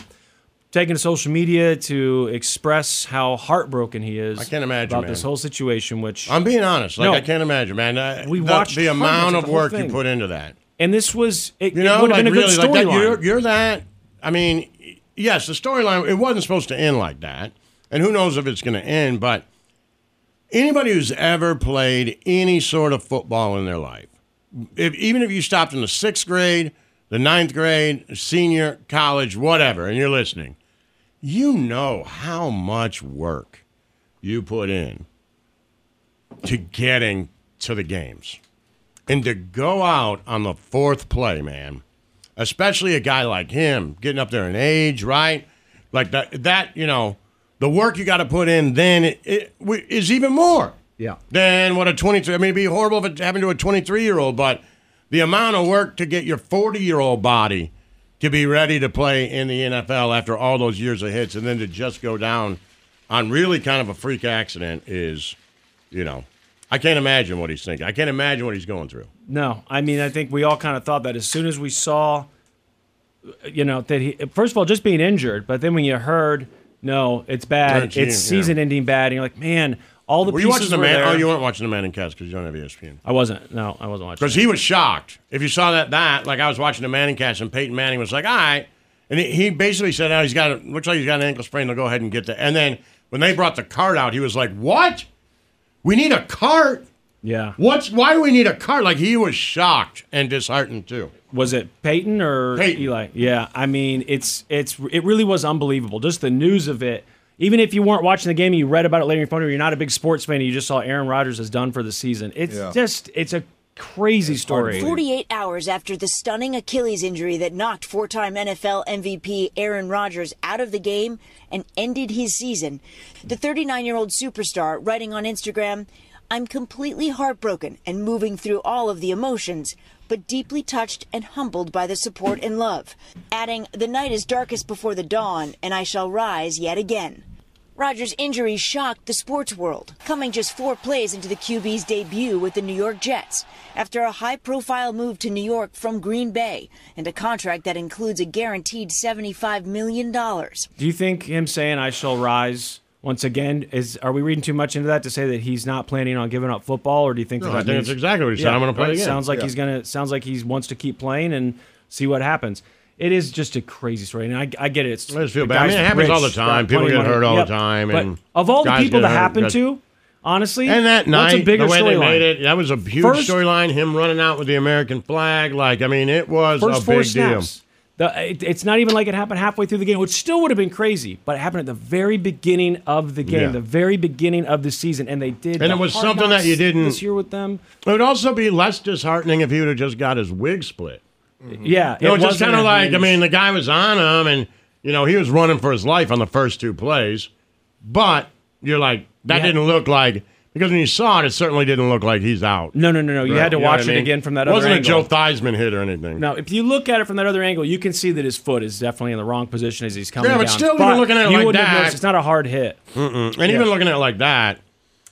taken to social media to express how heartbroken he is. I can't imagine, about man. this whole situation. Which I'm being honest. Like No. I can't imagine, man. I, We the, watched the hundreds amount of of the whole work thing. you put into that. and this was it, You know, it would have like, been a good really, like that. storyline. You're, you're that. I mean, yes, the storyline. It wasn't supposed to end like that, and who knows if it's going to end. But anybody who's ever played any sort of football in their life, if, even if you stopped in the sixth grade, the ninth grade, senior college, whatever, and you're listening, you know how much work you put in to getting to the games. And to go out on the fourth play, man, especially a guy like him, getting up there in age, right? Like that, that you know, the work you got to put in then it, it, we- is even more Yeah. than what a 23, I mean, it'd be horrible if it happened to a 23 year old, but the amount of work to get your 40 year old body to be ready to play in the NFL after all those years of hits and then to just go down on really kind of a freak accident is, you know, I can't imagine what he's thinking. I can't imagine what he's going through. No, I mean, I think we all kind of thought that as soon as we saw, uh, you know, that he, first of all, just being injured, but then when you heard, no, it's bad, Guaranteed, it's season ending bad, and you're like, man, all the were you pieces watching the were man? there. Oh, you weren't watching the Manning cast because you don't have E ESPN. I wasn't. No, I wasn't watching. Because he was shocked. If you saw that, that like I was watching the Manning cast, and Peyton Manning was like, "All right," and he, he basically said, "Oh, he's got a, looks like he's got an ankle sprain. They'll go ahead and get that." And then when they brought the cart out, he was like, "What? We need a cart? Yeah. What's why do we need a cart?" Like he was shocked and disheartened too. Was it Peyton or Eli? Yeah, I mean, it's it's it really was unbelievable. Just the news of it. Even if you weren't watching the game, and you read about it later in your phone, or you're not a big sports fan, and you just saw Aaron Rodgers is done for the season. It's Yeah. just it's a crazy story. 48 hours after the stunning Achilles injury that knocked four time NFL MVP Aaron Rodgers out of the game and ended his season, the 39 year old superstar writing on Instagram, I'm completely heartbroken and moving through all of the emotions, but deeply touched and humbled by the support and love. Adding, The night is darkest before the dawn, and I shall rise yet again. Rodgers' injury shocked the sports world, coming just four plays into the QB's debut with the New York Jets after a high profile move to New York from Green Bay and a contract that includes a guaranteed $75 million. Do you think him saying "I shall rise" once again is? Are we reading too much into that to say that he's not planning on giving up football, or do you think? No, that I that think means- that's exactly what he said. I'm gonna play right? again. Sounds like Yeah. he's gonna. Sounds like he wants to keep playing and see what happens. It is just a crazy story, and I, I get it. It's, I just feel bad. I mean, it happens all the time. People get hurt all the time, and of all the guys people get that hurt, happened guys- to, honestly, And that what's night, a bigger the way they storyline? made it, that was a huge First- storyline. Him running out with the American flag, like I mean, it was First a four big deal. snaps. The- it- it's not even like it happened halfway through the game, which still would have been crazy, but it happened at the very beginning of the game, Yeah. the very beginning of the season, and they did. And the it was hard something knocks that you didn't- this year with them. It would also be less disheartening if he would have just got his wig split. Yeah, You know, it's just wasn't kind of a like, I huge- mean, the guy was on him and, you know, he was running for his life on the first two plays. But you're like, that Yeah. didn't look like, because when you saw it, it certainly didn't look like he's out. No, no, no, no. You had to know watch what it again from that other wasn't angle. a Joe Theismann hit or anything. Now, if you look at it from that other angle, you can see that his foot is definitely in the wrong position as he's coming Yeah, but down. still, even looking at it you like wouldn't have that- noticed. it's not a hard hit. Mm-mm. And Yeah. even looking at it like that,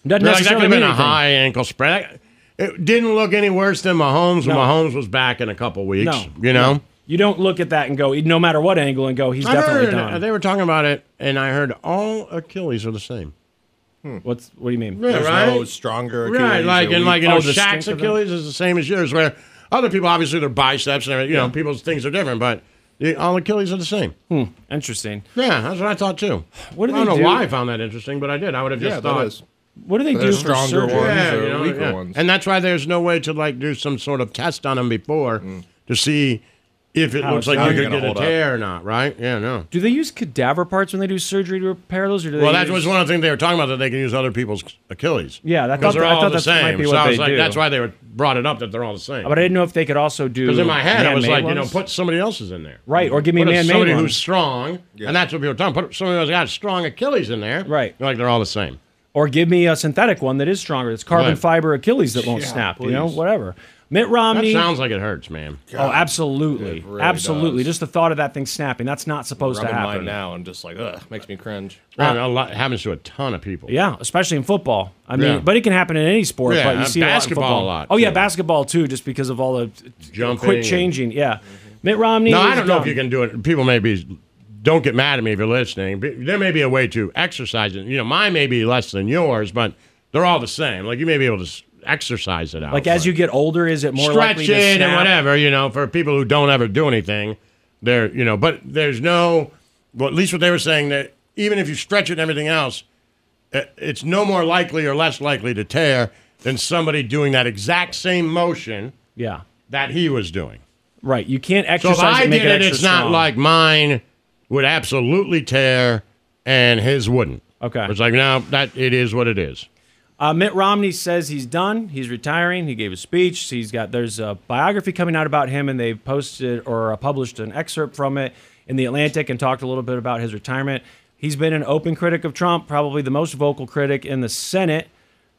Doesn't like, that could necessarily have mean been a anything. high ankle spread. It didn't look any worse than Mahomes when No. Mahomes was back in a couple weeks. No, you know? no. you don't look at that and go, no matter what angle, and go, he's I definitely heard, done. They were talking about it, and I heard all Achilles are the same. What's what do you mean? Yeah, Hmm. There's right? no stronger Achilles. Right, like or and weak- like you know, Oh, Shaq's distinct of them? Achilles is the same as yours. Where other people obviously their biceps and everything, you know, people's things are different, but the, all Achilles are the same. Hmm. Interesting. Yeah, that's what I thought too. What do I don't they know do? why I found that interesting, but I did. I would have just Yeah, that thought. is. What do they They're do for stronger surgery? ones Yeah, or you know, weaker yeah. ones. Mm. And that's why there's no way to like do some sort of test on them before to see If it How looks it's like you gonna could get a hold up. tear or not, right? Yeah, no. Do they use cadaver parts when they do surgery to repair those, or do they? Well, that use- was one of the things they were talking about that they can use other people's Achilles. Yeah, that- I because thought- they're I all thought the that might same. be So what I was they like, do. that's why they were brought it up that they're all the same. But I didn't know if they could also do. Because in my head, I was like, man-made you know, ones. put somebody else's in there. Right, or give me a Put man-made Somebody one. who's strong, and that's what people are talking. Put somebody who's got a strong Achilles in there. Right. Like they're all the same. or give me a synthetic one that is stronger. That's carbon Right. fiber Achilles that won't Yeah, snap. You know, please. whatever. Mitt Romney. That sounds like it hurts, man. Oh, absolutely, really absolutely. Just the thought of that thing snapping. That's not supposed Rubbing to happen Uh, mine now, I'm just like, ugh, makes me cringe. I know, a lot- it happens to a ton of people. Yeah, especially in football. I mean, Yeah. but it can happen in any sport. Yeah, but you and see basketball it a lot in football. a lot, Oh yeah, too. basketball too, just because of all the Jumping quick and- changing. Yeah, Mitt Romney. No, I is don't know if dumb. you can do it. People may be. Don't get mad at me if you're listening. but There may be a way to exercise it. You know, mine may be less than yours, but they're all the same. Like you may be able to s- exercise it out. Like as you get older, is it more stretch likely to it and snap? whatever. You know, for people who don't ever do anything, they're you know. But there's no. Well, at least what they were saying that even if you stretch it and everything else, i- it's no more likely or less likely to tear than somebody doing that exact same motion Yeah, that he was doing. right. You can't So exercise. if I and make did it, extra it's not strong. like mine would absolutely tear and his wouldn't. Okay. It's like no, that it is what it is. Uh, Mitt Romney says he's done. He's retiring. He gave a speech. He's got there's a biography coming out about him, and they've posted or uh, published an excerpt from it in the Atlantic and talked a little bit about his retirement. He's been an open critic of Trump, probably the most vocal critic in the Senate.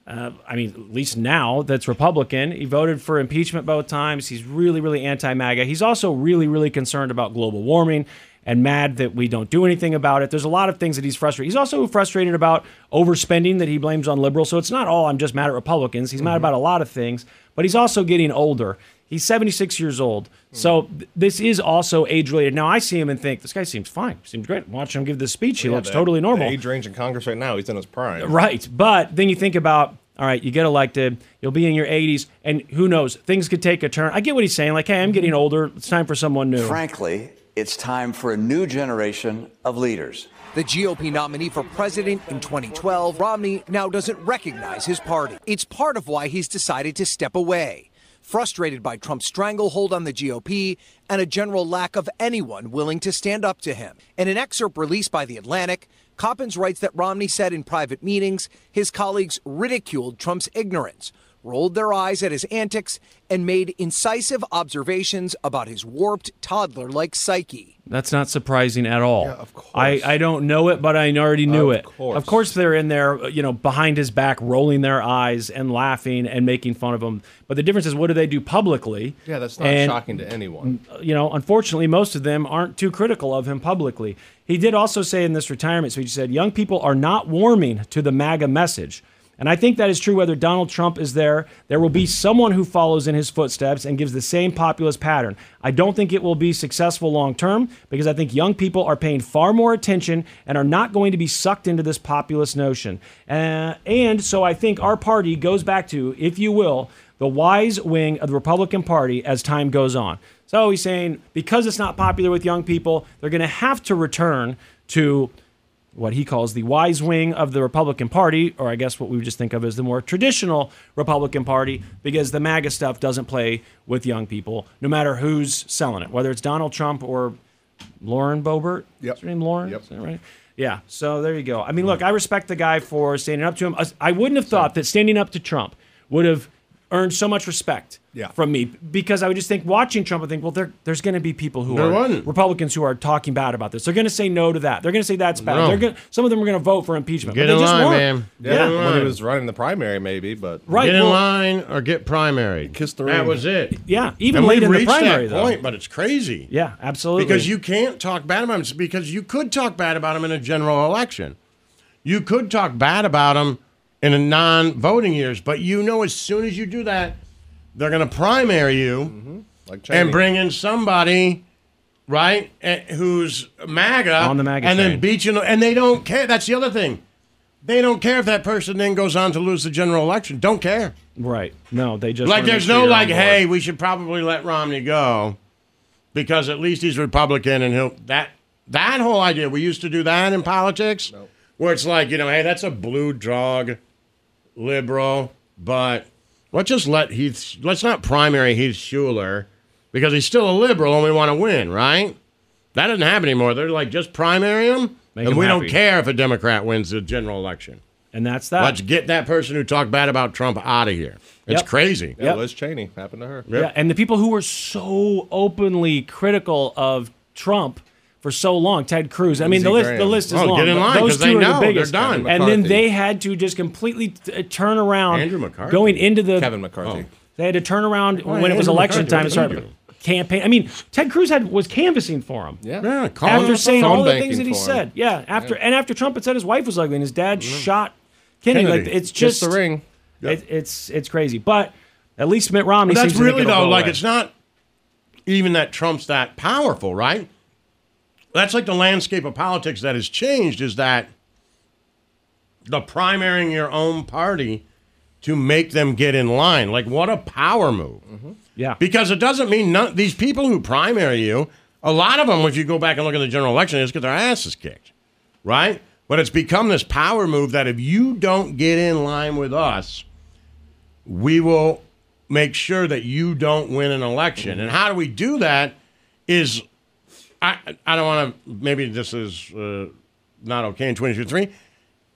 Uh, I mean, at least now that's Republican. He voted for impeachment both times. He's really, really anti MAGA. He's also really, really concerned about global warming and mad that we don't do anything about it. There's a lot of things that he's frustrated. He's also frustrated about overspending that he blames on liberals. So it's not all I'm just mad at Republicans. Mm-hmm. He's mad about a lot of things, but he's also getting older. He's 76 years old. Mm-hmm. So th- this is also age related. Now I see him and think, this guy seems fine. Seems great. Watch him give this speech. He Yeah, looks the- totally normal. The age range in Congress right now, he's in his prime. Right. But then you think about, all right, you get elected, you'll be in your 80s, and who knows, things could take a turn. I get what he's saying. Like, hey, I'm Mm-hmm. getting older. It's time for someone new. Frankly, it's time for a new generation of leaders. The GOP nominee for president in 2012, Romney, now doesn't recognize his party. It's part of why he's decided to step away, frustrated by Trump's stranglehold on the GOP and a general lack of anyone willing to stand up to him. In an excerpt released by The Atlantic, Coppins writes that Romney said in private meetings his colleagues ridiculed Trump's ignorance, rolled their eyes at his antics, and made incisive observations about his warped toddler like psyche. That's not surprising at all. of course. I, I don't know it, but I already knew Of it. course. Of course, they're in there, you know, behind his back, rolling their eyes and laughing and making fun of him. But the difference is, what do they do publicly? Yeah, that's not And- shocking to anyone. you know, unfortunately, most of them aren't too critical of him publicly. He did also say in this retirement speech, he said, young people are not warming to the MAGA message. And I think that is true whether Donald Trump is there. There will be someone who follows in his footsteps and gives the same populist pattern. I don't think it will be successful long term because I think young people are paying far more attention and are not going to be sucked into this populist notion. Uh, and so I think our party goes back to, if you will, the wise wing of the Republican Party as time goes on. So he's saying because it's not popular with young people, they're going to have to return to what he calls the wise wing of the Republican Party, or I guess what we would just think of as the more traditional Republican Party, because the MAGA stuff doesn't play with young people, no matter who's selling it, whether it's Donald Trump or Lauren Boebert. Yep. Is her name Lauren? Yep. Is that right? Yeah. So there you go. I mean, look, I respect the guy for standing up to him. I- I wouldn't have thought that standing up to Trump would have earned so much respect Yeah. from me because I would just think watching Trump, I think, well, there, there's going to be people who There are wasn't. Republicans who are talking bad about this. They're going to say no to that. They're going to say that's bad. No. They're gonna, some of them are going to vote for impeachment. but they just weren't. Yeah, Yeah. when he was running the primary, maybe, but Right, Get in well- line or get primary. Kiss the That ring. was it. Yeah, even And late we've in the reached that primary, though. point, but it's crazy. Yeah, absolutely. Because you can't talk bad about him. It's Because you could talk bad about him in a general election. You could talk bad about him in a non-voting years, but you know as soon as you do that, they're going to primary you Mm-hmm. Like Cheney. and bring in somebody, right, eh, who's MAGA On the MAGA and train. then beat you. And they don't care. That's the other thing. They don't care if that person then goes on to lose the general election. Don't care. Right. No, they just like wanna make there's sure no you're on like, board. hey, we should probably let Romney go because at least he's Republican and he'll that that whole idea. We used to do that in politics, where it's like you know, hey, that's a blue dog liberal, but let's just let Heath. Let's not primary Heath Schuler because he's still a liberal and we want to win, right? That doesn't happen anymore. They're like just primary him, Make and him we don't happy. care if a Democrat wins the general election. And that's that. Let's get that person who talked bad about Trump out of here. It's Yep. crazy. Yeah, Yep. Liz Cheney happened to her. Yeah, and the people who were so openly critical of Trump for so long, Ted Cruz. I mean, the list Lindsey the Graham. list is Oh, long. get in but line, Those 'cause two they are know the they're biggest. done. And then McCarthy. they had to just completely uh, turn around. Andrew McCarthy. going into the Kevin McCarthy. They had to turn around Why, when it was Andrew election McCarthy, time and what start did he campaign. I mean, Ted Cruz had was canvassing for him. Yeah, calling him after up, saying phone all the banking things that he for him. said. Yeah, after and after Trump had said his wife was ugly and his dad shot Kennedy. Kennedy. Like it's just Gets the ring. It, it's it's crazy, but at least Mitt Romney. But seems that's to think really it'll though, go like away. it's not even that Trump's that powerful, right? That's like the landscape of politics that has changed is that the primarying your own party to make them get in line. Like what a power move. Yeah. Because it doesn't mean none, these people who primary you, a lot of them, if you go back and look at the general election, is get their asses kicked, right? But it's become this power move that if you don't get in line with us, we will make sure that you don't win an election. And how do we do that? Is I I don't want to. Maybe this is uh, not okay in twenty two three,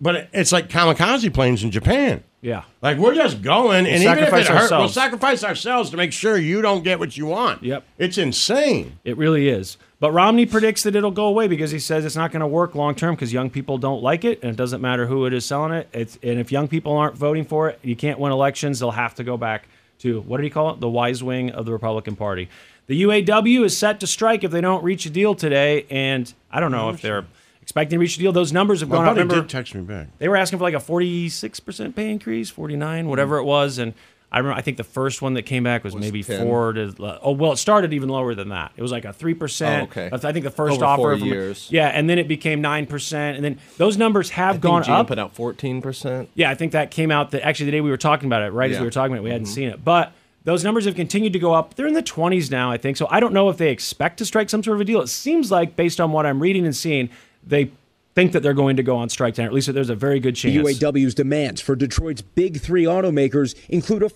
but it- it's like kamikaze planes in Japan. Yeah. Like we're just going, and We'll even if it sacrifice hurts, we'll ourselves. sacrifice ourselves to make sure you don't get what you want. Yep, it's insane. It really is. But Romney predicts that it'll go away because he says it's not going to work long term because young people don't like it, and it doesn't matter who it is selling it. It's and if young people aren't voting for it, you can't win elections. They'll have to go back to what did he call it? The wise wing of the Republican Party. The UAW is set to strike if they don't reach a deal today, and I don't know if they're expecting to reach a deal. Those numbers have My gone up. buddy Remember, did text me back. they were asking for like a 46% pay increase, 49, whatever it was. And I remember, I think the first one that came back was, maybe 10. four to, oh, well, it started even lower than that. It was like a 3%. Oh, okay. I think the first Over offer. four from- years. Yeah. And then it became 9%. And then those numbers have I gone think Gina up. put out fourteen percent. Yeah, I think that came out that actually the day we were talking about it, right as Yeah. we were talking about it, we hadn't Mhm. seen it. But those numbers have continued to go up. They're in the 20s now, I think. So I don't know if they expect to strike some sort of a deal. It seems like, based on what I'm reading and seeing, they think that they're going to go on strike tonight. Or at least that there's a very good chance. The UAW's demands for Detroit's big three automakers include a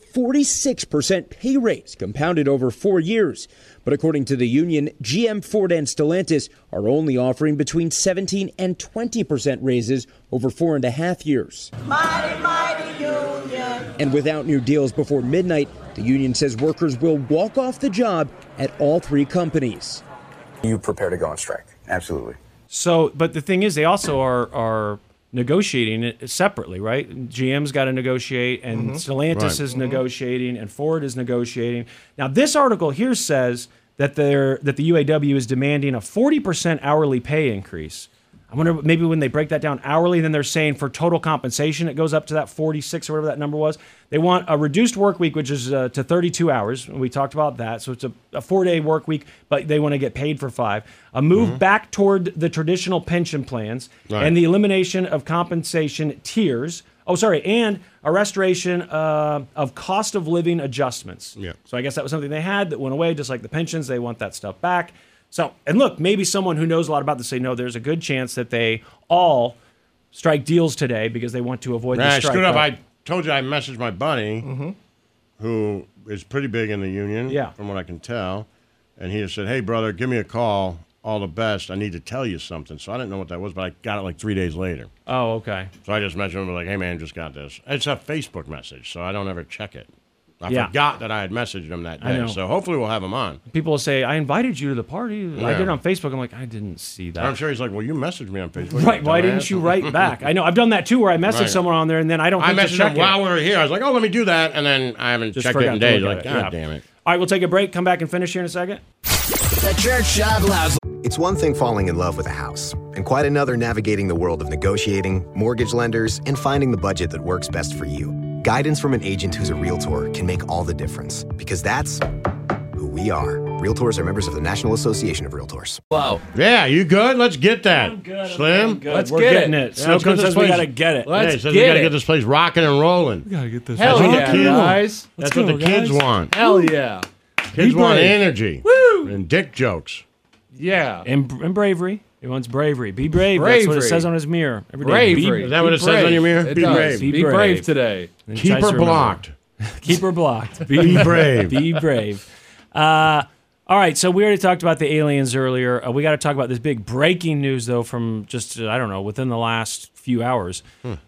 46% pay raise compounded over four years. But according to the union, GM, Ford, and Stellantis are only offering between 17 and 20% raises over four and a half years. Mighty, mighty union. And without new deals before midnight, the union says workers will walk off the job at all three companies. You prepare to go on strike. Absolutely. So, but the thing is, they also are are negotiating it separately, right? GM's got to negotiate, and Mhm. Stellantis Right. is Mhm. negotiating, and Ford is negotiating. Now, this article here says that they're that the UAW is demanding a forty percent hourly pay increase. I wonder maybe when they break that down hourly, then they're saying for total compensation it goes up to that forty six or whatever that number was. They want a reduced work week, which is uh, to thirty two hours. We talked about that, so it's a, a four day work week, but they want to get paid for five. A move back toward the traditional pension plans Right. and the elimination of compensation tiers. Oh, sorry, and a restoration uh, of cost of living adjustments. Yeah. So I guess that was something they had that went away, just like the pensions. They want that stuff back. So, and look, maybe someone who knows a lot about this say, no, there's a good chance that they all strike deals today because they want to avoid Nah, the I strike. Mm-hmm. screwed up. right? I told you I messaged my buddy, who is pretty big in the union, yeah. from what I can tell, and he just said, "Hey, brother, give me a call. All the best. I need to tell you something." So I didn't know what that was, but I got it like three days later. oh, okay. So I just messaged him like, "Hey, man, just got this." It's a Facebook message, so I don't ever check it. I Yeah. forgot that I had messaged him that I day, know. so hopefully we'll have him on. People will say, I invited you to the party. I Yeah. did it on Facebook. I'm like, I didn't see that. I'm sure he's like, "Well, you messaged me on Facebook, Right. Why didn't you write (laughs) back? I know. I've done that too, where I message Right. someone on there and then I don't. I Think to messaged check him it. while we were here. I was like, "Oh, let me do that," and then I haven't Just checked it forgot to in days. look Like, at God it. Yeah. damn it! All right, we'll take a break. Come back and finish here in a second. The Church Shop Laszlo. It's one thing falling in love with a house, and quite another navigating the world of negotiating, mortgage lenders, and finding the budget that works best for you. Guidance from an agent who's a realtor can make all the difference, because that's who we are. Realtors are members of the National Association of Realtors. Wow. Yeah, you good? Let's get that. Slim? good. Let's We're get getting it. it. Yeah, let's get Snowcone this says we place- gotta get it. Yeah, Let's he says we get gotta it. get this place rocking and rolling. We gotta get this. Hell That's yeah, what the kids, guys. That's Let's what go, the kids guys. want. Hell yeah. Kids Be want brave. energy. And dick jokes. Yeah. And, and bravery. He wants bravery. Be brave. That's what Bravery. it says on his mirror. Every day. Bravery. Be, Is that what be it says on brave. your mirror? It Be does. brave. Be brave today. And Keep tries (laughs) her to remember. (laughs) blocked. Keep her blocked. Be brave. Be brave. Uh, All right, so we already talked about the aliens earlier. Uh, we got to talk about this big breaking news, though, from just, uh, I don't know, within the last few hours.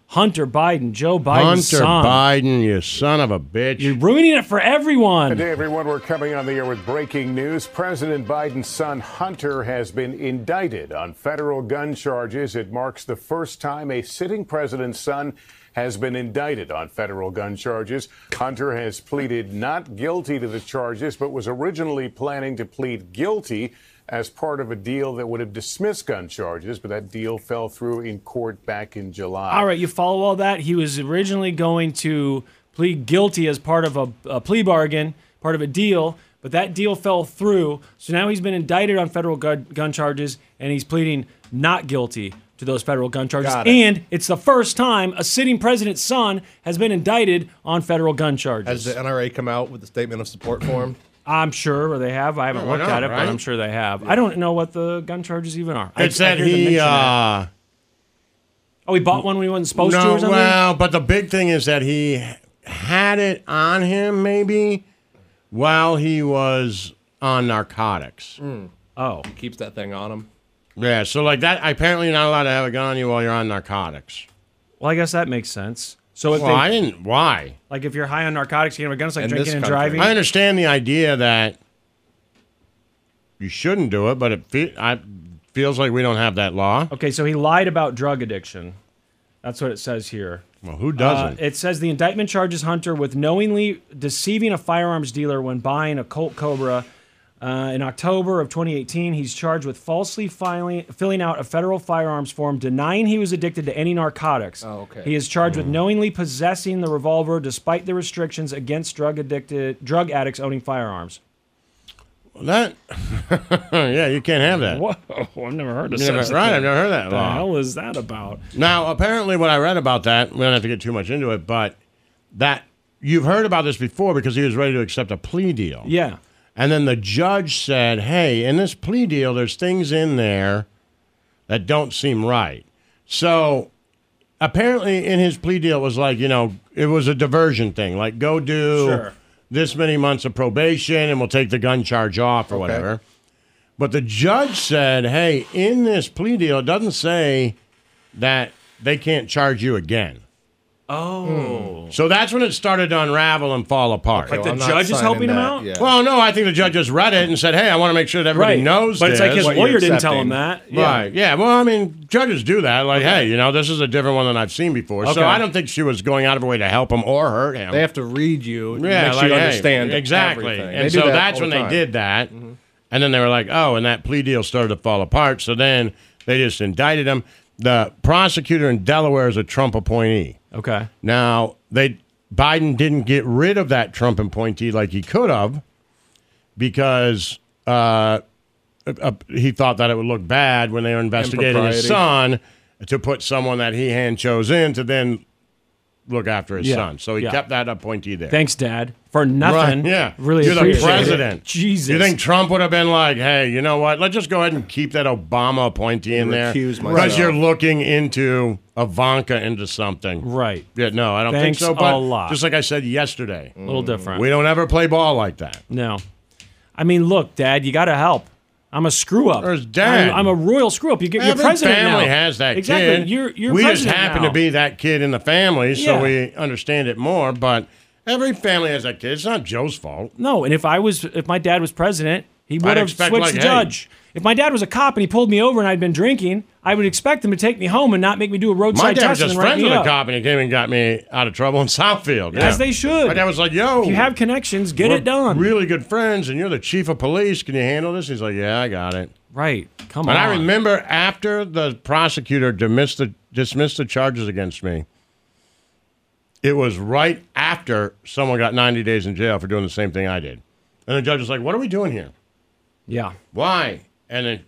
Hunter Biden, Joe Biden's Hmm. Hunter son. Biden, you son of a bitch. You're ruining it for everyone. Today, everyone, we're coming on the air with breaking news. President Biden's son Hunter has been indicted on federal gun charges. It marks the first time a sitting president's son has been indicted on federal gun charges. Hunter has pleaded not guilty to the charges, but was originally planning to plead guilty as part of a deal that would have dismissed gun charges, but that deal fell through in court back in July. All right, you follow all that? He was originally going to plead guilty as part of a, a plea bargain, part of a deal, but that deal fell through. So now he's been indicted on federal gun, gun charges, and he's pleading not guilty to those federal gun charges. Got it. And it's the first time a sitting president's son has been indicted on federal gun Has charges. the NRA come out with a statement of support for him? I'm sure, or they have. I Oh, haven't Yeah, why looked not, at it, right? but I'm sure they have. I don't know what the gun charges even are. I- It's I that hear them he. mention that. Uh, Oh, he bought one when he wasn't supposed to no, or something? well, but the big thing is that he had it on him maybe while he was on narcotics. Oh. Hmm. He keeps that thing on him. Yeah, so like that, apparently you're not allowed to have a gun on you while you're on narcotics. Well, I guess that makes sense. So if well, they- I didn't. Why? Like if you're high on narcotics, you can have a gun. It's like In drinking this and country. driving. I understand the idea that you shouldn't do it, but it fe- I, feels like we don't have that law. Okay, so he lied about drug addiction. That's what it says here. Well, who Uh, doesn't? it says the indictment charges Hunter with knowingly deceiving a firearms dealer when buying a Colt Cobra. Uh, in October of 2018, he's charged with falsely filing, filling out a federal firearms form denying he was addicted to any narcotics. Oh, okay. He is charged with knowingly possessing the revolver despite the restrictions against drug addicted drug addicts owning firearms. that, (laughs) yeah, you can't have that. Whoa, (laughs) I've never heard of Never- such a right, thing. I've never heard that The law. hell is that about? Now, apparently, what I read about that, we don't have to get too much into it, but that you've heard about this before because he was ready to accept a plea deal. Yeah. And then the judge said, hey, in this plea deal, there's things in there that don't seem right. So apparently, in his plea deal, it was like, you know, it was a diversion thing. Like, go do Sure. this many months of probation and we'll take the gun charge off or whatever. But the judge said, hey, in this plea deal, it doesn't say that they can't charge you again. Oh. So that's when it started to unravel and fall apart. Like the judge is helping him out? Well, no, I think the judge just read it and said, "Hey, I want to make sure that everybody Right. knows." But it's this." like his What you're lawyer didn't tell him accepting. that. Yeah. Right? Yeah. Well, I mean, judges do that. Like, hey, you know, this is a different one than I've seen before. Okay. So I don't think she was going out of her way to help him or hurt him. They have to read you. to yeah, make sure like, you hey, understand exactly. everything. They And do so that that's all when the they time. Mm-hmm. did that, and then they were like, "Oh," and that plea deal started to fall apart. So then they just indicted him. The prosecutor in Delaware is a Trump appointee. Okay. Now they Biden didn't get rid of that Trump appointee like he could have because uh, uh, he thought that it would look bad when they were investigating his son Impropriety. to put someone that he hand chose in to then look after his Yeah. son. So he Yeah. kept that appointee there. Thanks, Dad, for nothing. Right, yeah. Really You're the appreciate it. president. Jesus. You think Trump would have been like, hey, you know what? Let's just go ahead and keep that Obama appointee in there. Recuse Because myself. you're looking into Ivanka into something. Right. Yeah, no, I don't Thanks think so. But a lot. just like I said yesterday. A little different. We don't ever play ball like that. No. I mean, look, Dad, you got to help. I'm a screw up. There's Dad. I'm, I'm a royal screw up. You get your Every president family now. has that exactly. kid. You're you're we just president happen now. to be that kid in the family, so Yeah. we understand it more. But every family has that kid. It's not Joe's fault. No, and if I was if my dad was president, he would I'd have expect, switched like, the hey. judge. If my dad was a cop and he pulled me over and I'd been drinking, I would expect him to take me home and not make me do a roadside My dad was test and just then write friends me with a up. cop, and he came and got me out of trouble in (laughs) Southfield. As Yeah. they should. My dad was like, "Yo, If you have connections, get we're it done. Really good friends, and you're the chief of police. Can you handle this?" He's like, "Yeah, I got it." Right. Come and I on. remember after the prosecutor dismissed the dismissed the charges against me. It was right after someone got 90 days in jail for doing the same thing I did, and the judge was like, "What are we doing here? Yeah. Why?" And then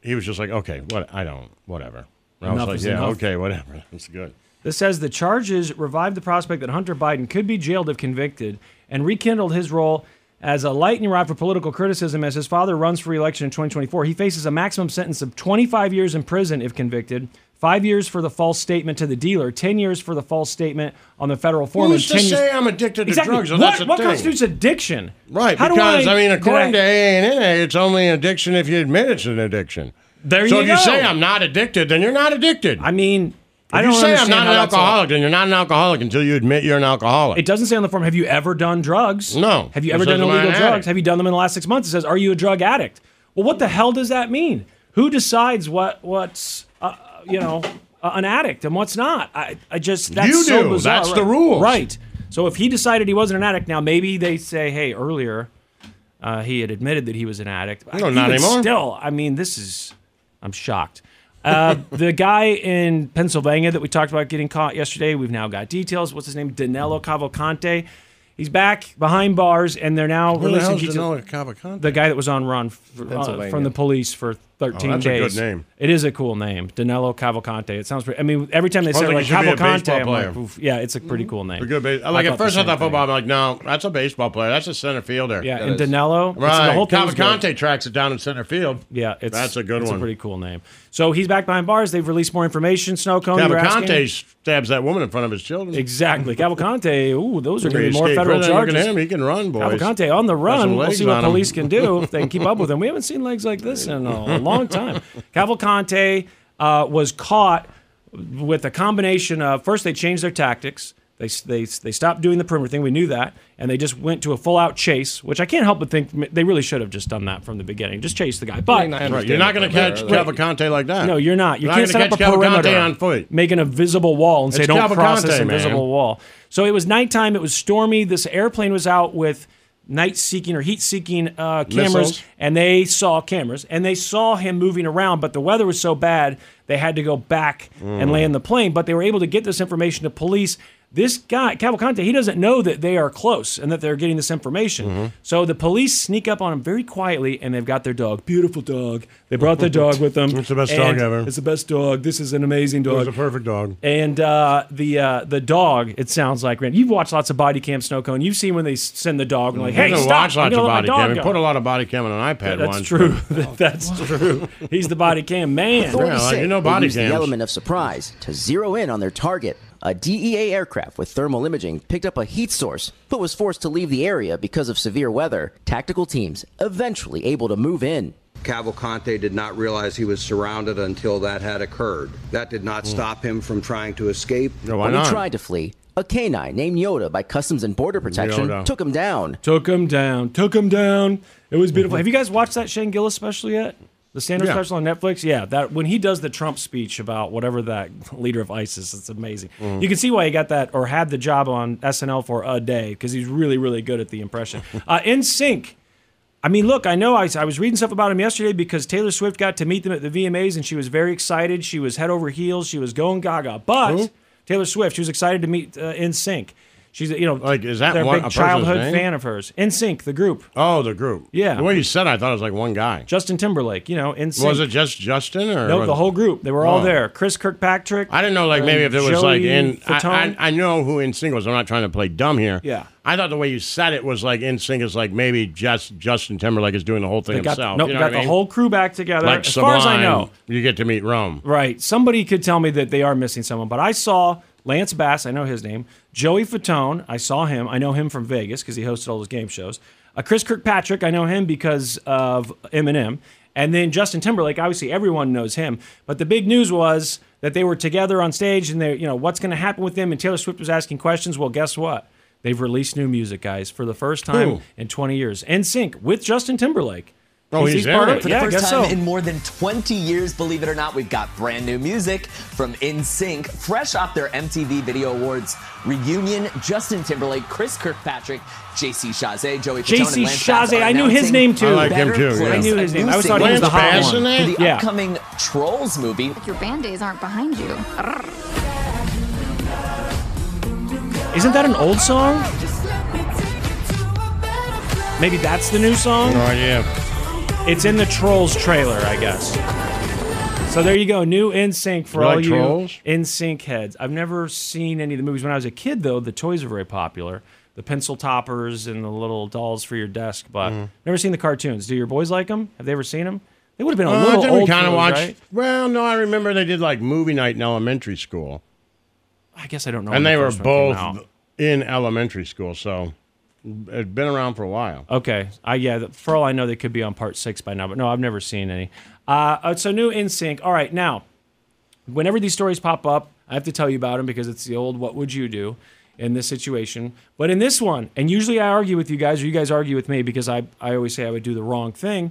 he was just like, "Okay, what? I don't. Whatever." And I was Enough like, is "Yeah, enough." okay, whatever. (laughs) That's good." This says the charges revived the prospect that Hunter Biden could be jailed if convicted and rekindled his role as a lightning rod for political criticism as his father runs for reelection in 2024. He faces a maximum sentence of 25 years in prison if convicted, Five years for the false statement to the dealer, 10 years for the false statement on the federal foreman. Who's to 10 years- say I'm addicted to Exactly. drugs? Well, what that's a what thing. constitutes addiction? Right, How do because I, I- mean, did according to I- AA, it's only an addiction if you admit it's an addiction. There so you if you go. say I'm not addicted, then you're not addicted. I mean, if I you don't say I'm understand not how an that's all- alcoholic, then you're not an alcoholic until you admit you're an alcoholic. It doesn't say on the form, have you ever done drugs? No. Have you It ever says, done "Am I illegal an drugs? addict?" Have you done them in the last six months? It says, are you a drug addict? Well, what the hell does that mean? Who decides what what's, uh, you know, uh, an addict and what's not? I, I just, that's You so do. bizarre. That's Right. the rules. Right. So if he decided he wasn't an addict, now maybe they say, hey, earlier uh, he had admitted that he was an addict. No, Even not anymore. Still, Oh, I mean, this is, I'm shocked. (laughs) Uh, the guy in Pennsylvania that we talked about getting caught yesterday, we've now got details. What's his name? Danilo Cavalcante. He's back behind bars, and they're now Who the releasing hell's detail- Danilo Cavalcante? The guy that was on run f- uh, Pennsylvania. from the police for 13 Oh, that's a good days. name. It is a cool name, Danilo Cavalcante. It sounds pretty. I mean, every time they Sounds say like like he should be a Cavalcante, baseball I'm like, player. Mm-hmm. oof, yeah, it's a pretty cool name. A good base. Like at thought the first, I same thought thing. football. I'm like, no, that's a baseball player. That's a center fielder. Yeah, That and is. Danilo. it's- Right. The whole thing's good. Cavalcante tracks it down in center field. Yeah, it's that's a good it's a one. pretty cool name. So he's back behind bars. They've released more information. Snow cone. you were Cavalcante Oh, asking? stabs that woman in front of his children. Exactly. Cavalcante. Ooh, those are going to He be more escaped federal right there. Look at charges. him. He can run, boys. Cavalcante on the Got run. some We'll legs see what on him. police can do if they (laughs) can keep up with him. We haven't seen legs like this in a long time. Cavalcante uh, was caught with a combination of first they changed their tactics. They, they, they stopped doing the perimeter thing. We knew that. And they just went to a full out chase, which I can't help but think they really should have just done that from the beginning. Just chase the guy. But Right, You're not going to catch Cavalcante like that. no, you're not. You not can't gonna set up a catch Cavalcante perimeter on foot. making a visible wall and say It's don't cross Cavalcante, this man." invisible wall. So it was nighttime. It was stormy. This airplane was out with night seeking or heat seeking uh, cameras, Missiles. and they saw cameras and they saw him moving around. But the weather was so bad they had to go back and Mm. land the plane. But they were able to get this information to police. This guy Cavalcante, he doesn't know that they are close and that they're getting this information. Mm-hmm. So the police sneak up on him very quietly, and they've got their dog, beautiful dog. They brought the (laughs) dog with them. It's the best and dog ever. It's the best dog. This is an amazing It dog. was a perfect dog. And uh, the uh, the dog, it sounds like, Rand, you've watched lots of body cam snow cone. You've seen when they s- send the dog and like, You hey, can stop! watch I'm lots gonna let of my body dog cam. and go." Put a lot of body cam on an iPad. That's once, true. (laughs) but- That's true. He's the body cam man. Authorities say they used the element of surprise to zero in on their target. A DEA aircraft with thermal imaging picked up a heat source, but was forced to leave the area because of severe weather. Tactical teams eventually able to move in. Cavalcante did not realize he was surrounded until that had occurred. That did not stop him from trying to escape. when he tried to flee, a canine named Yoda by Customs and Border Protection Yoda. took him down. Took him down. Took him down. It was beautiful. Have you guys watched that Shane Gillis special yet? The Sanders Yeah. special on Netflix? Yeah, that when he does the Trump speech about whatever that leader of ISIS, it's amazing. Mhm. You can see why he got that or had the job on SNL for a day because he's really, really good at the (laughs) impression. Uh, In Sync. I mean, look, I know I, I was reading stuff about him yesterday because Taylor Swift got to meet them at the VMAs and she was very excited. She was head over heels. She was going gaga. But Taylor Swift, she was excited to meet uh, In Sync. She's, you know, like Is that their one, big a person's childhood name? fan of hers. NSYNC, the group. Oh, the group. Yeah. The way you said, it, I thought it was like one guy. Justin Timberlake, you know, NSYNC. Was it just Justin or No, was the it- whole group. They were all Oh. there. Chris Kirkpatrick. I didn't know, like maybe if it was like in. I, Um, Fatone. I, I know who in singles. I'm not trying to play dumb here. Yeah. I thought the way you said it was like in sync is like maybe just Justin Timberlake is doing the whole thing They got, himself. nope, you know got what I the mean? whole crew back together. Like as far as I Sublime, know, you get to meet Rome. right? Somebody could tell me that they are missing someone, but I saw Lance Bass. I know his name. Joey Fatone. I saw him. I know him from Vegas because he hosted all those game shows. Uh, Chris Kirkpatrick. I know him because of Eminem. And then Justin Timberlake. Obviously, everyone knows him. But the big news was that they were together on stage, and they, you know, what's going to happen with them? And Taylor Swift was asking questions. Well, guess what? They've released new music, guys, for the first time Who? in 20 years. NSYNC with Justin Timberlake. Oh, he's in it. For the Yeah, I first guess time so. in more than 20 years, believe it or not, we've got brand new music from InSync, fresh off their MTV Video Awards reunion. Justin Timberlake, Chris Kirkpatrick, JC Chazé, Joey JC Fatone, and Lance Bass Chazé, are I knew his announcing name, too. I like him, Better too, yeah. Place, I knew his a name. new I always thought he was single the hot for one. The Yeah. upcoming Trolls movie. Your band aids aren't behind you. Isn't that an old song? Maybe that's the new song? No idea. It's in the Trolls trailer, I guess. So there you go, new NSYNC for You like all Trolls? you NSYNC heads. I've never seen any of the movies. When I was a kid, though, the toys were very popular. The pencil Mm. toppers and the little dolls for your desk, but never seen the cartoons. Do your boys like them? Have they ever seen them? They would have been a Uh, little didn't we old. kinda for those, watch- right? Well, no, I remember they did like movie night in elementary school, I guess I don't know. when and the they were first one came both out. in elementary school, so it'd been around for a while. Okay, I yeah. th- For all I know, they could be on part six by now, but no, I've never seen any. Uh, uh, so new in sync. All right, now, whenever these stories pop up, I have to tell you about them because it's the old "What would you do?" in this situation. But in this one, and usually I argue with you guys, or you guys argue with me because I I always say I would do the wrong thing.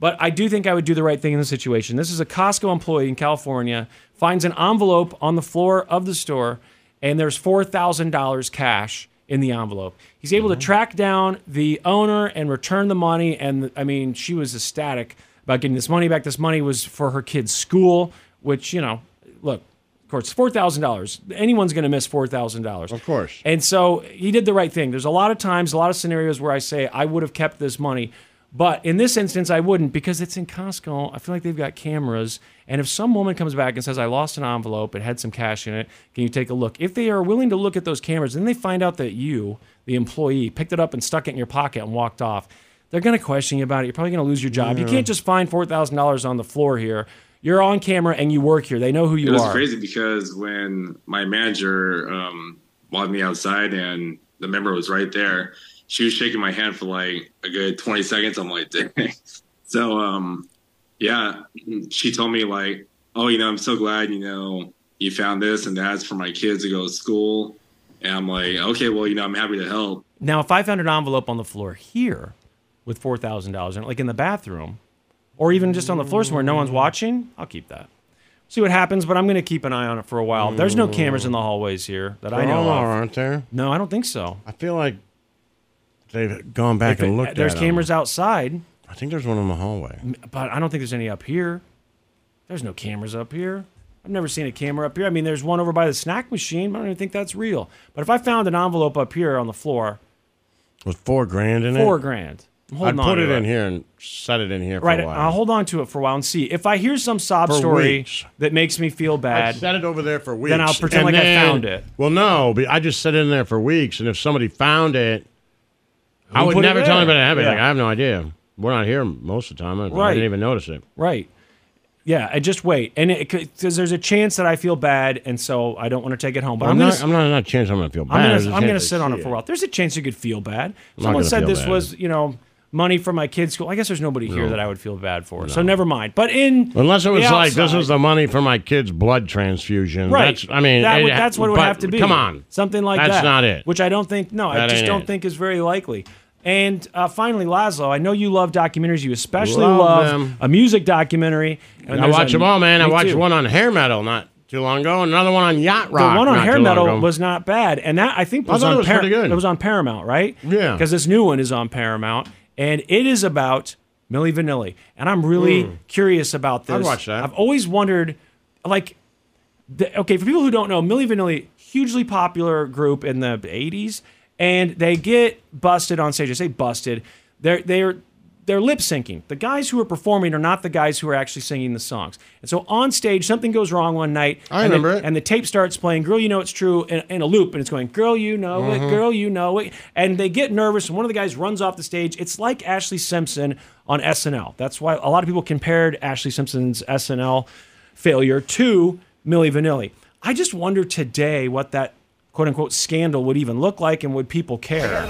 But I do think I would do the right thing in this situation. This is a Costco employee in California finds an envelope on the floor of the store, and there's four thousand dollars cash in the envelope. He's able to track down the owner and return the money. And I mean, she was ecstatic about getting this money back. This money was for her kid's school, which you know, look, of course, four thousand dollars. Anyone's going to miss four thousand dollars. Of course. And so he did the right thing. There's a lot of times, a lot of scenarios where I say I would have kept this money, but in this instance, I wouldn't because it's in Costco. I feel like they've got cameras, and if some woman comes back and says I lost an envelope, it had some cash in it, can you take a look? If they are willing to look at those cameras, then they find out that you, the employee, picked it up and stuck it in your pocket and walked off. They're going to question you about it. You're probably going to lose your job. You Yeah. can't just find four thousand dollars on the floor here. You're on camera and you work here. They know who you it was are. crazy because when my manager um, wanted me outside and the member was right there, she was shaking my hand for like a good 20 seconds. I'm like, dang. (laughs) So, um, yeah, she told me like, oh, you know, I'm so glad, you know, you found this and that's for my kids to go to school. And I'm like, okay, well, you know, I'm happy to help. Now, if I found an envelope on the floor here with four thousand dollars in it, like in the bathroom, or even just on the floor somewhere no one's watching, I'll keep that. See what happens, but I'm going to keep an eye on it for a while. There's no cameras in the hallways here that I There know of. are, aren't there? No, I don't think so. I feel like they've gone back If it- and looked. There's at 'em. cameras outside, I think there's one in the hallway. but I don't think there's any up here. There's no cameras up here. I've never seen a camera up here. I mean, there's one over by the snack machine, but I don't even think that's real. But if I found an envelope up here on the floor, With four grand in it. Four grand. I'm I'd holding on put to it it. in here and set it in here for right, a while. I'll hold on to it for a while and see if I hear some sob For story weeks. that makes me feel bad. I set it over there for weeks. Then I'll pretend And like then- I found it. Well, no, but I just set it in there for weeks, and if somebody found it, I Who would put it never tell there? anybody. I'd be Yeah. like, I have no idea. We're not here most of the time. I, I Right. didn't even notice it. Right. Yeah, I just wait, and it because there's a chance that I feel bad, and so I don't want to take it home. But I'm, I'm, not, gonna, s- I'm not. I'm not changed. I'm gonna feel bad. I'm I gonna, just I'm hate gonna to sit on see it for a while. There's a chance you could feel bad. not Someone gonna said feel this bad. was, you know, money for my kids' school. I guess there's nobody here No. that I would feel bad for. So never mind. But in Unless it the was like this outside- was the money for my kid's blood transfusion. Right. That's, I mean, That it- would- that's what it would but have to be. Come on. something like That's that. not it. Which I don't think. No, I That just ain't don't it. think is very likely. And uh, finally, Laszlo, I know you love documentaries. You especially love, Love them. a music documentary. And I there's watch a- them all, man. I Me watched too. one on hair metal not too long ago, and another one on yacht rock. The one on not hair too long metal ago. was not bad, and that I think I was thought on it was Par- pretty good. It was on Paramount, right? Yeah. Because this new one is on Paramount, and it is about Milli Vanilli, and I'm really Mm. curious about this. I'd watch that. I've always wondered, like, the, okay, for people who don't know, Milli Vanilli, hugely popular group in the '80s, and they get busted on stage. I say busted. They're they're they're lip syncing. The guys who are performing are not the guys who are actually singing the songs. And so on stage, something goes wrong one night. I and remember the, it. And the tape starts playing "Girl, You Know It's True" in, in a loop, and it's going "Girl, You Know It, Mhm. Girl, You Know It," and they get nervous. And one of the guys runs off the stage. It's like Ashley Simpson on SNL. That's why a lot of people compared Ashley Simpson's SNL failure to Milli Vanilli. I just wonder today what that "quote unquote" scandal would even look like, and would people care?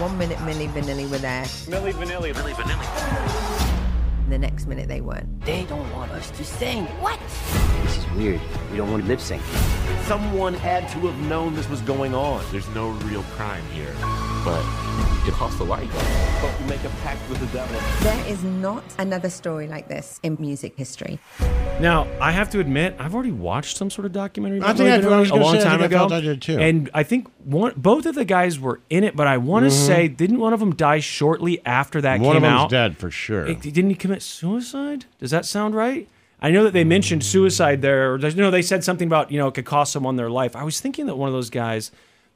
One minute, Millie Vanilli were there. Millie Vanilli. Millie Vanilli. The next minute, they weren't. They don't want us to sing. What? This is weird. We don't want to lip sync. Someone had to have known this was going on. There's no real crime here, but it costs a life. But you make a pact with the devil. There is not another story like this in music history. Now, I have to admit, I've already watched some sort of documentary. I about think Milli I- I Vanilli was a gonna long say, I time think I ago, thought I did too. and I think one, both of the guys were in it, but I want to Mm-hmm. Mhm. say, didn't one of them die shortly after that one came of them's out? dead for sure. It- didn't he commit suicide? Does that sound right? I know that they mentioned suicide there. Or, there's- no, they said something about you know it could cost someone their life. I was thinking that one of those guys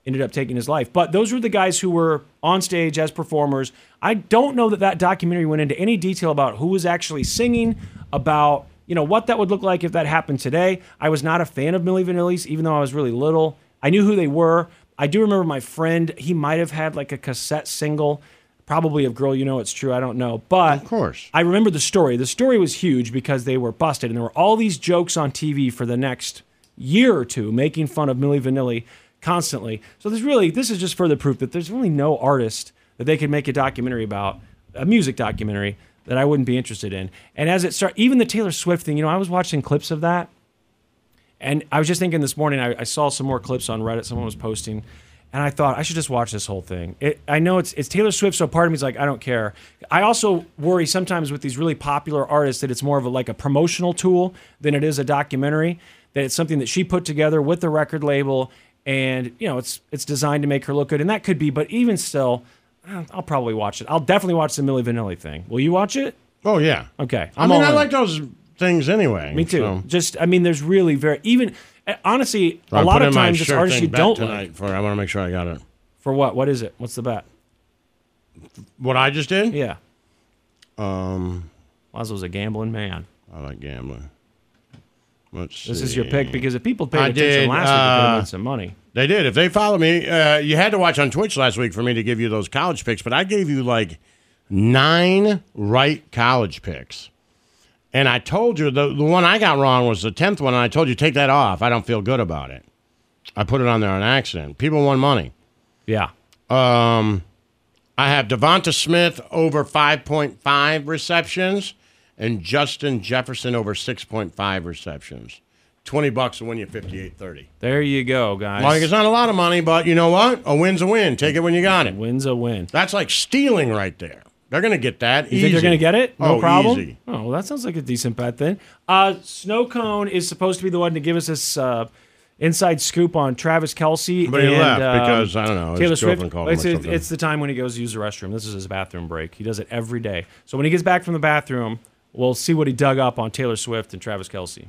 ended up taking his life, but those were the guys who were on stage as performers. I don't know that that documentary went into any detail about who was actually singing, about you know what that would look like if that happened today. I was not a fan of Milli Vanilli's, even though I was really little. I knew who they were. I do remember my friend. He might have had like a cassette single probably of girl you know it's true i don't know but of course i remember the story the story was huge because they were busted and there were all these jokes on tv for the next year or two making fun of millie vanilli constantly so there's really this is just further proof that there's really no artist that they could make a documentary about a music documentary that i wouldn't be interested in and as it start even the taylor swift thing you know i was watching clips of that and I was just thinking this morning, I, I saw some more clips on Reddit someone was posting, and I thought I should just watch this whole thing. It, I know it's it's Taylor Swift, so part of me's like, I don't care. I also worry sometimes with these really popular artists that it's more of a, like a promotional tool than it is a documentary. That it's something that she put together with the record label, and you know it's it's designed to make her look good, and that could be. But even still, uh, I'll probably watch it. I'll definitely watch the Millie Vanilli thing. Will you watch it? Oh yeah. Okay. I I'm mean, all I in. like those things anyway. Me too. so. Just I mean, there's really very even eh, honestly So I a lot put of in my times it's shirt artists thing you bet don't tonight like. For I want to make sure I got it. For what? What is it? What's the bet? What I just did? Yeah. Um, Lazo's a gambling man. I like gambling. Let's This is your see. pick because if people paid I attention did, last week, they could uh, have made some money. They did. If they follow me, uh, you had to watch on Twitch last week for me to give you those college picks, but I gave you like nine right college picks. And I told you the, the one I got wrong was the 10th one, and I told you, take that off. I don't feel good about it. I put it on there on accident. People won money. Yeah. Um, I have Devonta Smith over 5.5 receptions and Justin Jefferson over 6.5 receptions. 20 bucks to win you 58 30. There you go, guys. Like it's not a lot of money, but you know what? A win's a win. Take it when you got it. Win's a win. That's like stealing right there. They're gonna get that. You think they're easy. going to get it? No oh, problem. Easy. Oh, well, that sounds like a decent bet then. Uh, Snow Cone is supposed to be the one to give us this uh, inside scoop on Travis Kelsey. But he and, left um, because, I don't know, his Taylor girlfriend Swift. called him It's, or it's, something. it's the time when he goes to use the restroom. This is his bathroom break. He does it every day. So when he gets back from the bathroom, we'll see what he dug up on Taylor Swift and Travis Kelsey.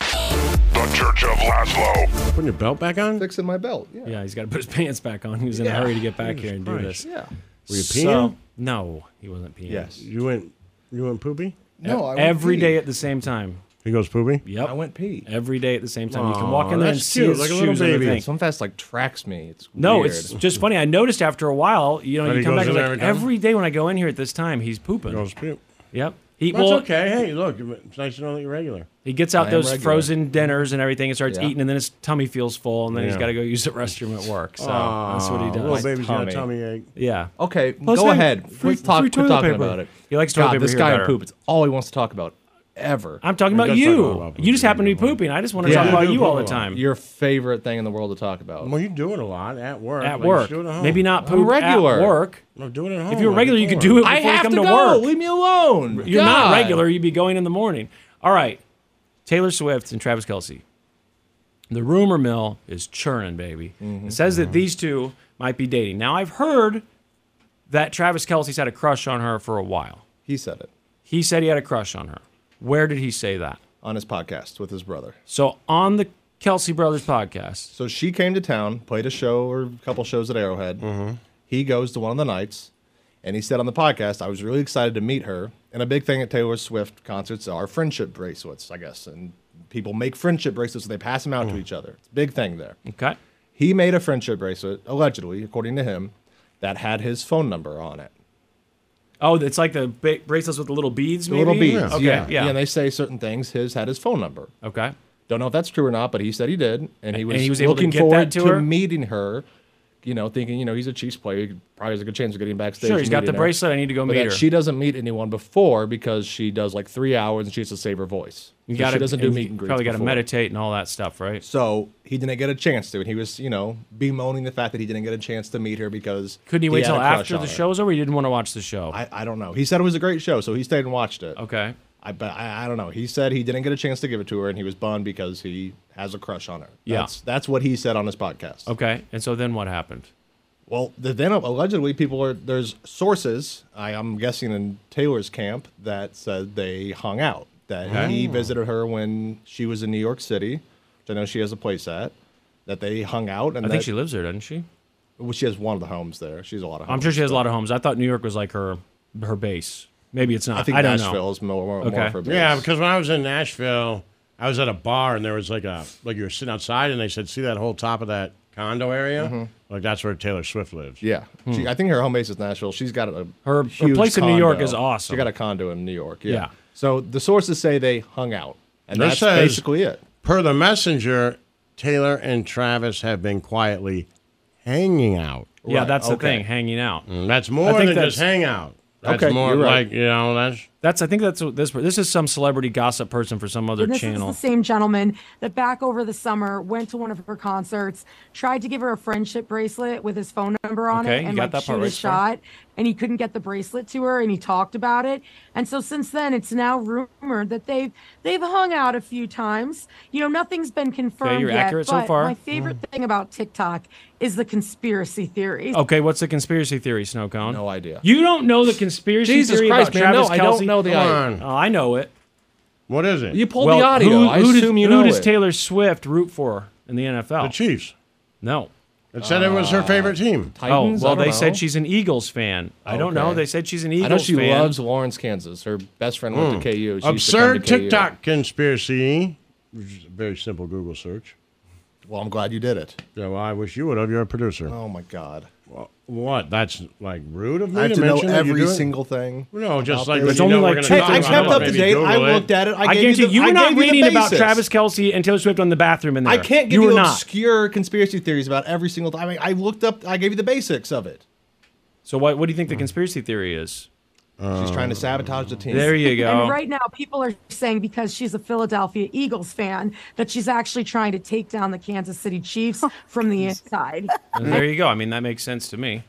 The Church of Laszlo. Putting your belt back on? Fixing my belt. Yeah. Yeah, he's got to put his pants back on. He was in a Yeah. hurry to get back here and do this. Christ. Yeah. Were you So- peeing? no, he wasn't peeing. Yes. You went you went poopy? No, I went every pee. day at the same time. He goes poopy? Yep. I went pee. Every day at the same time. you can Aw, walk in there and that's see cute, his like a little shoes and baby. everything. Sometimes like tracks me. It's No, weird. it's just funny. I noticed after a while, you know, That you he come back goes in and there like, every time? every day when I go in here at this time, he's pooping. goes poop. Yep. He That's well, okay. Hey, look, it's nice to know that you're regular. He gets I out am those regular. frozen dinners and everything and starts Yeah. eating, and then his tummy feels full, and then he's Yeah. got to go use the restroom at work. So that's what he Aw, does. Little baby's got a tummy ache. Yeah. Okay, Plus, go hey, ahead. free- Quit talk, free toilet quit talking paper. about it. He likes toilet God, paper This here guy better. and poop. It's all he wants to talk about ever. I'm talking about you. You just happen to be pooping. I just want to talk about you all the time. Your favorite thing in the world to talk about. Well, you do it a lot at work. At like you work. do it home. Maybe not poop regular. at work. No, do it at home. If you were like regular, you could before. do it before I you have come to, to, go. work. Leave me alone. You're not God. regular. You'd be going in the morning. All right. Taylor Swift and Travis Kelsey. The rumor mill is churning, baby. Mm-hmm. It says that these two might be dating. Now, I've heard that Travis Kelsey's had a crush on her for a while. He said it He said he had a crush on her. Where did he say that? on his podcast with his brother. So, on the Kelsey Brothers podcast, So she came to town, played a show or a couple shows at Arrowhead. Mm-hmm. He goes to one of the nights, and he said on the podcast, "I was really excited to meet her." And a big thing at Taylor Swift concerts are friendship bracelets, I guess, and people make friendship bracelets and they pass them out to each other. It's a big thing there. Mm. okay. He made a friendship bracelet, allegedly, according to him, that had his phone number on it. Oh, it's like the ba- bracelets with the little beads, The maybe? little beads. Okay, yeah. yeah. And they say certain things. His had his phone number. Okay. Don't know if that's true or not, but he said he did, and he was, he was able to looking get that forward to her? meeting her. You know, thinking you know he's a Chiefs player, he probably has a good chance of getting backstage. Sure, and he's got meeting the her. bracelet. I need to go But meet that her. She doesn't meet anyone before because she does like three hours and she has to save her voice. You So gotta, she doesn't do and meet you and greets. Probably got to before. meditate and all that stuff, right? So he didn't get a chance to, and he was you know bemoaning the fact that he didn't get a chance to meet her because Couldn't he wait had till a crush after on the her. show's over? He didn't want to watch the show. I, I don't know. Oh, He said it was a great show, so he stayed and watched it. okay. I but I, I don't know. He said he didn't get a chance to give it to her, and he was bummed because he has a crush on her. Yeah. that's, that's what he said on his podcast. Okay. And so then what happened? Well, the, then allegedly people are there's sources I, I'm guessing in Taylor's camp that said they hung out. That he Oh. visited her when she was in New York City, which I know she has a place at. That they hung out, and I think that- she lives there, doesn't she? Well, she has one of the homes there. She's a lot of. Homes, I'm sure she has a but lot of homes. I thought New York was like her her base. Maybe it's not. I think don't Nashville know. is more, more, Okay. more for base. Yeah, because when I was in Nashville, I was at a bar and there was like a like you were sitting outside and they said, "See that whole top of that condo area. Like that's where Taylor Swift lives. Mm-hmm. Yeah, Hmm. she, I think her home base is Nashville. She's got a Her- her huge place in New condo. York is awesome. She got a condo in New York. Yeah. Yeah. So the sources say they hung out, and This that's says, basically it. Per the messenger, Taylor and Travis have been quietly hanging out. Yeah, that's the thing, hanging out. Mm, That's more than just hang out. That's okay, more you're right. like you know that's that's. I think that's what this. This is some celebrity gossip person for some other And this channel. is the same gentleman that back over the summer went to one of her concerts, tried to give her a friendship bracelet with his phone number on Okay, it, you and got like that shoot part a right, Sarah. shot, and he couldn't get the bracelet to her, and he talked about it. And so since then, it's now rumored that they've they've hung out a few times. You know, nothing's been confirmed you're yet. accurate so but far. Mm. my favorite thing about TikTok is the conspiracy theories. Okay, what's the conspiracy theory, Snow Cone? No idea. You don't know the conspiracy Jesus theory Christ, about man, Travis no, I Kelce? don't know the Come idea. on. Oh, I know it. What is it? You pulled the audio. I assume you who know does it. Taylor Swift root for in the NFL? The Chiefs. No. It said it was her favorite team. Titans? oh, well, I don't they know. said she's an Eagles fan. I don't know. Okay. They said she's an I Eagles know she fan. loves Lawrence, Kansas. Her best friend went Mm. to KU. She used to come to Absurd KU. TikTok conspiracy. Which is a very simple Google search. Well, I'm glad you did it. Yeah, well, I wish you would have. You're a producer. Oh my God. What? That's like rude of me I have to, to know mention that you every do it? single thing. No, just about like this. when you know we're gonna Hey, talk I about kept it, up to maybe date. Google I it. looked at it. I, gave guarantee you, the, you were I not gave you the reading about basis. Travis Kelsey and Taylor Swift on the bathroom in there. I can't give you you, were not. obscure conspiracy theories about every single time. I, mean, I looked up. I gave you the basics of it. So what? What do you think the conspiracy theory is? She's trying to sabotage the team. There you go. And right now, people are saying because she's a Philadelphia Eagles fan that she's actually trying to take down the Kansas City Chiefs from the (laughs) inside. there you go. I mean, that makes sense to me.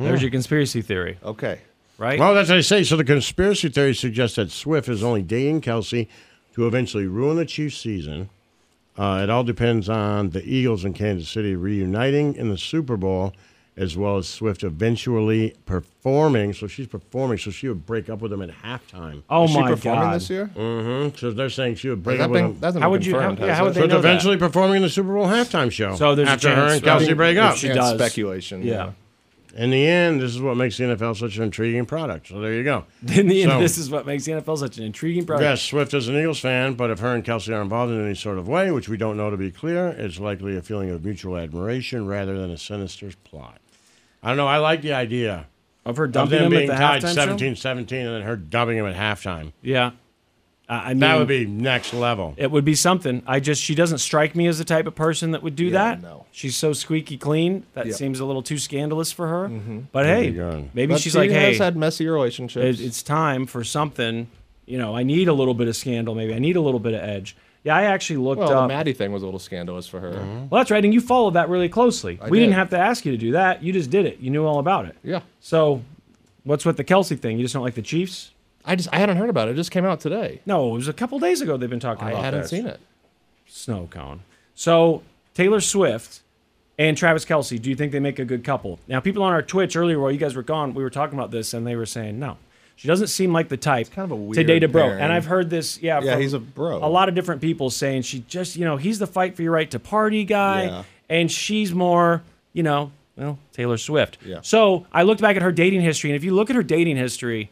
There's Yeah. your conspiracy theory. Hmm. Okay. Right? (laughs) Well, that's what I say. So the conspiracy theory suggests that Swift is only dating Kelsey to eventually ruin the Chiefs' season. Uh, it all depends on the Eagles and Kansas City reuniting in the Super Bowl, as well as Swift eventually performing. So she's performing. So she would break up with him at halftime. Oh Is she my performing god! this year? Mm-hmm. So they're saying she would break Has that up with been- him. that's been How would you- confirmed, how- yeah, has how would it? they So it's know that? eventually performing in the Super Bowl halftime show. So there's a after chance her and that- Kelsey break if up. she Yeah, it's does. speculation, Yeah. In the end, this is what makes the NFL such an intriguing product. So there you go. (laughs) In the end, So- this is what makes the NFL such an intriguing product. Yes, Swift is an Eagles fan, but if her and Kelsey are involved in any sort of way, which we don't know to be clear, it's likely a feeling of mutual admiration rather than a sinister plot. I don't know. I like the idea Of her dumping him them at being the tied halftime show? 17-17 and then her dubbing him at halftime. Yeah. I I mean, that would be next level. It would be something. I just she doesn't strike me as the type of person that would do that. No, she's so squeaky clean. That Yep. seems a little too scandalous for her. But Could hey, be gone. maybe Mm-hmm. But she's she like, hey, has had messy relationships. it- it's time for something. You know, I need a little bit of scandal. Maybe I need a little bit of edge. Yeah, I actually looked well, the up. Mm-hmm. Maddie thing was a little scandalous for her. Well, that's right, and you followed that really closely. I we did. did. not have to ask you to do that. You just did it. You knew all about it. Yeah. So, what's with the Kelsey thing? You just don't like the Chiefs? I just I hadn't heard about it. It just came out today. No, it was a couple days ago. They've been talking I about. hadn't this. seen it. snow cone. So Taylor Swift and Travis Kelsey, do you think they make a good couple? Now, people on our Twitch earlier while you guys were gone, we were talking about this, and they were saying no. She doesn't seem like the type kind of a to weird date a bro. pairing. And I've heard this, yeah, Yeah, from he's a bro. A lot of different people saying she just, you know, he's the fight for your right to party guy, Yeah. and she's more, you know, well, Taylor Swift. Yeah. So I looked back at her dating history, and if you look at her dating history,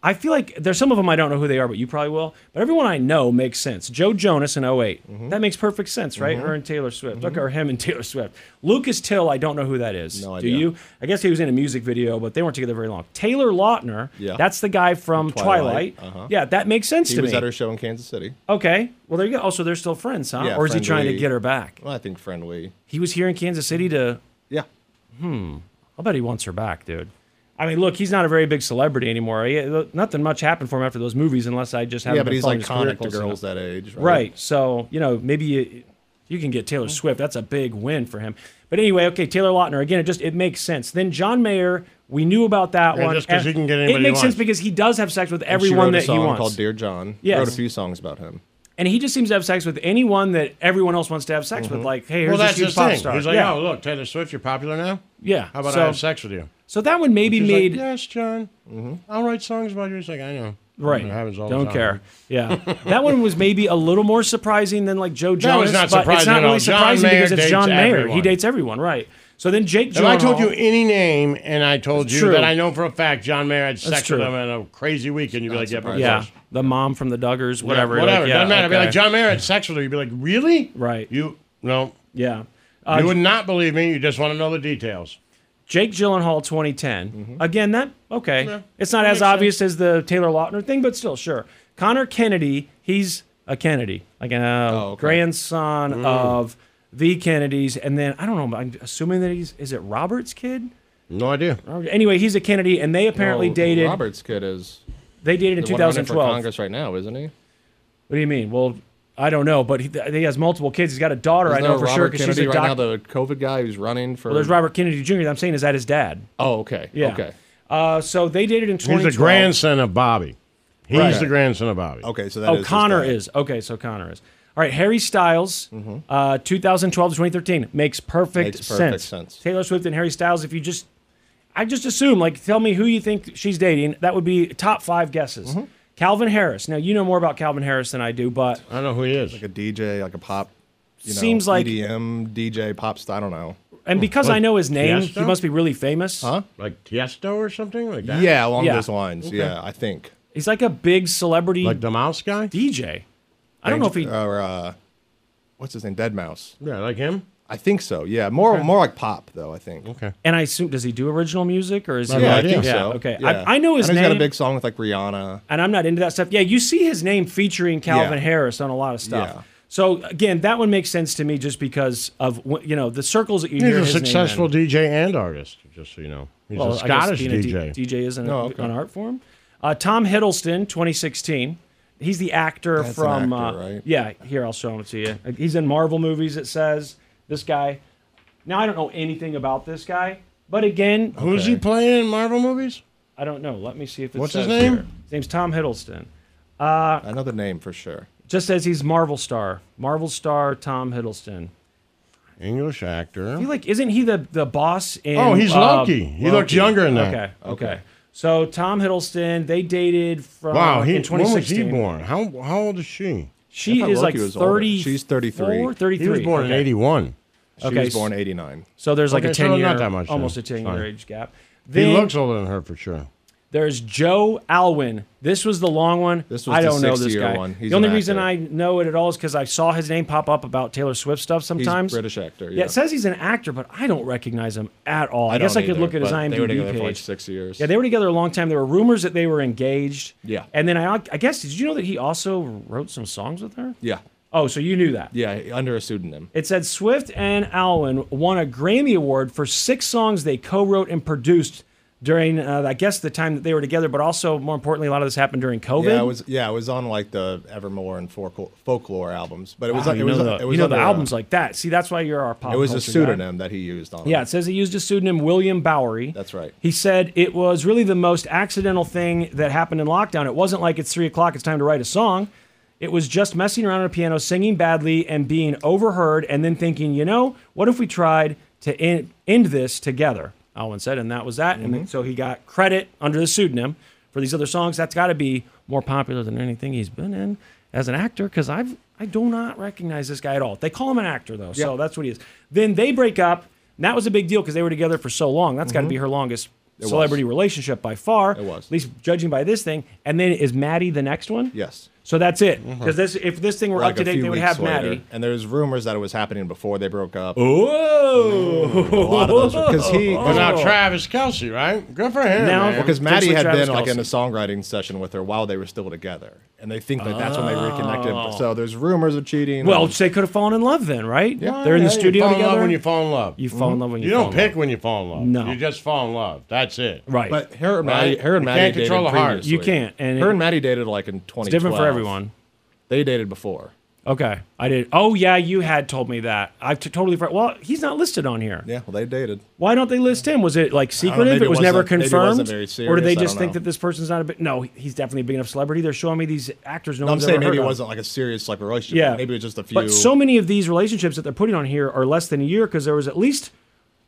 I feel like there's some of them I don't know who they are, but you probably will. But everyone I know makes sense. Joe Jonas in 8 Mm-hmm. That makes perfect sense, right? Mhm. Her and Taylor Swift. Mhm. Okay, or him and (laughs) Taylor Swift. Lucas Till, I don't know who that is. No Do idea. you? I guess he was in a music video, but they weren't together very long. Taylor Lautner, Yeah. that's the guy from Twilight. Twilight, uh-huh. Yeah, that makes sense He to was me. at her show in Kansas City. okay. Well, there you go. Oh, so they're still friends, huh? Yeah, or is he trying to friendly. get her back? Well, I think friendly. He was here in Kansas City to. Yeah. Hmm. I bet he wants her back, dude. I mean, look, he's not a very big celebrity anymore. He- look, nothing much happened for him after those movies, unless I just haven't. Yeah, but been he's following his career iconic to close enough. girls that age, right? Right. So, you know, maybe you, you can get Taylor Swift. That's a big win for him. But anyway, okay, Taylor Lautner. Again, it just it makes sense. Then John Mayer, we knew about that Yeah, one. just 'cause And he can get anybody It he makes sense wants. because he does have sex with And she everyone wrote a that song he wants. called "Dear John." Yes. Wrote a few songs about him. and he just seems to have sex with anyone that everyone else wants to have sex with. Like, hey, here's Mm-hmm. well, this that's huge his pop thing. star. He's like, yeah. oh, look, Taylor Swift, you're popular now. Yeah. How about So- I have sex with you? So that one maybe She's like, made yes, John. Mm-hmm. I'll write songs about you. He's like, I know. Right. It happens all the Don't time. care. (laughs) Yeah. (laughs) that one was maybe a little more surprising than like Joe That Jonas. was not but It's surprising not at all. really John surprising Mayer because it's dates John Mayer. He everyone. dates everyone, right? So then Jake If I told you Gyllenhaal- any name and I told It's you true. that I know for a fact John Mayer had That's sex with true. him in a crazy week, and you'd be like, yeah, but yeah, yes. the mom from the Duggars, Yeah, whatever, whatever. Like, yeah, Doesn't matter. I'd Be okay. like John Mayer had sex with her. You'd be like, really? Right. You no. Yeah. Uh, you would not believe me. You just want to know the details. Jake Gyllenhaal, 2010. Mm-hmm. Again, that okay. It's not as obvious as the Taylor Lautner thing, but still, sure. Connor Kennedy, he's a Kennedy, like a Oh, grandson Mm. of the Kennedys, and then I don't know. I'm assuming that he's is it Robert's kid? No idea. Anyway, he's a Kennedy, and they apparently No, dated. Robert's kid is. They dated in the one running for 2012. Congress right now, isn't he? What do you mean? Well, I don't know, but he, he has multiple kids. He's got a daughter. Isn't I know there for Robert sure because she's Kennedy a right doctor. now, the COVID guy who's running for. Well, there's Robert Kennedy Jr. that I'm saying is that his dad. Oh, okay. Yeah. Okay. Uh, so they dated in He's 2012. the grandson of Bobby. He's Right. the grandson of Bobby. Okay, so oh, Connor is. Okay, so Connor is. All right, Harry Styles, uh, 2012 to 2013. Makes perfect, Mm-hmm. Makes perfect sense. sense. Taylor Swift and Harry Styles, if you just, I just assume, like, tell me who you think she's dating. That would be top five guesses. Mm-hmm. Calvin Harris. Now, you know more about Calvin Harris than I do, but. I know who he is. Like a DJ, like a pop. You know, E Seems like- EDM DJ pop star. I don't know. And because I know his name, he Tiesto? must be really famous. Huh? Like Tiesto or something like Yeah, that. along those lines. Yeah, I think. He's like a big celebrity. Like the mouse guy? DJ. I don't know if he. or uh, what's his name? Dead Mouse. Yeah, like him. I think so. Yeah, more Okay. more like pop though. I think. Okay. And I assume does he do original music or is he? yeah, I think yeah, so. Okay, Yeah. I, I know his he's name, got a big song with like Rihanna. and I'm not into that stuff. Yeah, you see his name featuring Calvin Yeah. Harris on a lot of stuff. Yeah. So again, that one makes sense to me just because of wh- you know the circles that you He's hear a his name in. successful DJ and artist, just so you know. He's Well, a I guess Scottish being a D- DJ. DJ isn't Oh, okay. an art form. Uh, Tom Hiddleston, 2016. He's the actor That's an from. actor, uh, right? Yeah, here I'll show him to you. Uh, He's in Marvel movies. It says this guy. Now I don't know anything about this guy, but again, Who's he playing in Marvel movies? I don't know. Let me see if it What's his says name? here. His name's Tom Hiddleston. Uh, Another name for sure. Just says he's Marvel star. Marvel star Tom Hiddleston. English actor. He like isn't he the the boss in? Oh, he's uh, Loki. He looks younger in that. Okay, okay. So Tom Hiddleston, they dated from uh, wow, he, in when was 2016. he born? How how old is she? She is like 30. He was born in 81. She was born in 89. So there's like Okay, a 10 so year, not that much. then. almost a 10 Fine. year age gap. he Then looks older than her for sure. There's Joe Alwyn. This was the long one. This was I the don't know this 60-year guy. one. He's the only an reason actor. I know it at all is because I saw his name pop up about Taylor Swift stuff sometimes. British actor, Yeah. yeah. it says he's an actor, but I don't recognize him at all. I, I guess I don't could either, look at his but IMDb they were together page. for like six years. Yeah, they were together a long time. There were rumors that they were engaged. Yeah. And then I, I guess, did you know that he also wrote some songs with her? Yeah. Oh, so you knew that? Yeah, under a pseudonym. It said Swift and Alwyn won a Grammy Award for six songs they co-wrote and produced during, uh, I guess, the time that they were together. But also, more importantly, a lot of this happened during COVID. Yeah, it was yeah, it was on like the Evermore and Folklore, folklore albums, but it was Wow, like you it was know, the, it was you know the under a- albums like that. See, that's why you're our pop. It was a culture guy. pseudonym that he used on. Yeah, it says he used a pseudonym William Bowery. That's right. He said it was really the most accidental thing that happened in lockdown. It wasn't like it's three o'clock, it's time to write a song. It was just messing around on a piano, singing badly, and being overheard, and then thinking, you know, what if we tried to end, end this together? Alwyn said, and that was that. Mm-hmm. And then- so he got credit under the pseudonym for these other songs. That's got to be more popular than anything he's been in as an actor, because I've I do not recognize this guy at all. They call him an actor though, so Yeah. that's what he is. Then they break up. And that was a big deal because they were together for so long. That's got to Mhm. be her longest It was. celebrity relationship by far. It was. At least judging by this thing. And then is Maddie the next one? Yes. So that's it. Mhm. Because this if this thing were Like up a to date, few they would weeks have later. Maddie. And there's rumors that it was happening before they broke up. Oh, a lot of those because he Well, now Travis Kelsey, right? Good for him. man. because Maddie had been like in a songwriting session with her while they were still together, and they think that that's when they Oh. reconnected. So there's rumors of cheating. Well, and- they could have fallen in love then, right? Yeah. They're in the Yeah, you studio fall in love together. when you fall in love. You fall in love when you. You don't fall in pick when you fall in love. No. You just fall in love. That's it. Right. But her and Maddie, her and You Maddie can't control dated the heart. previously. her and Maddie dated like in 2012. different for everyone. They dated before. love. Okay, I did. Oh yeah, you had told me that. I've t- totally. for- Well, he's not listed on here. Yeah, well, they dated. Why don't they list him? Was it like don't know, secretive? maybe It was it never wasn't- maybe it confirmed, wasn't very or do serious, they I don't just think know. that this person's not a big? No, he's definitely a big enough celebrity. They're showing me these actors. No, No, I'm one's saying ever maybe heard it of. wasn't like a serious like relationship. Yeah. maybe it was just a few. But so many of these relationships that they're putting on here are less than a year because there was at least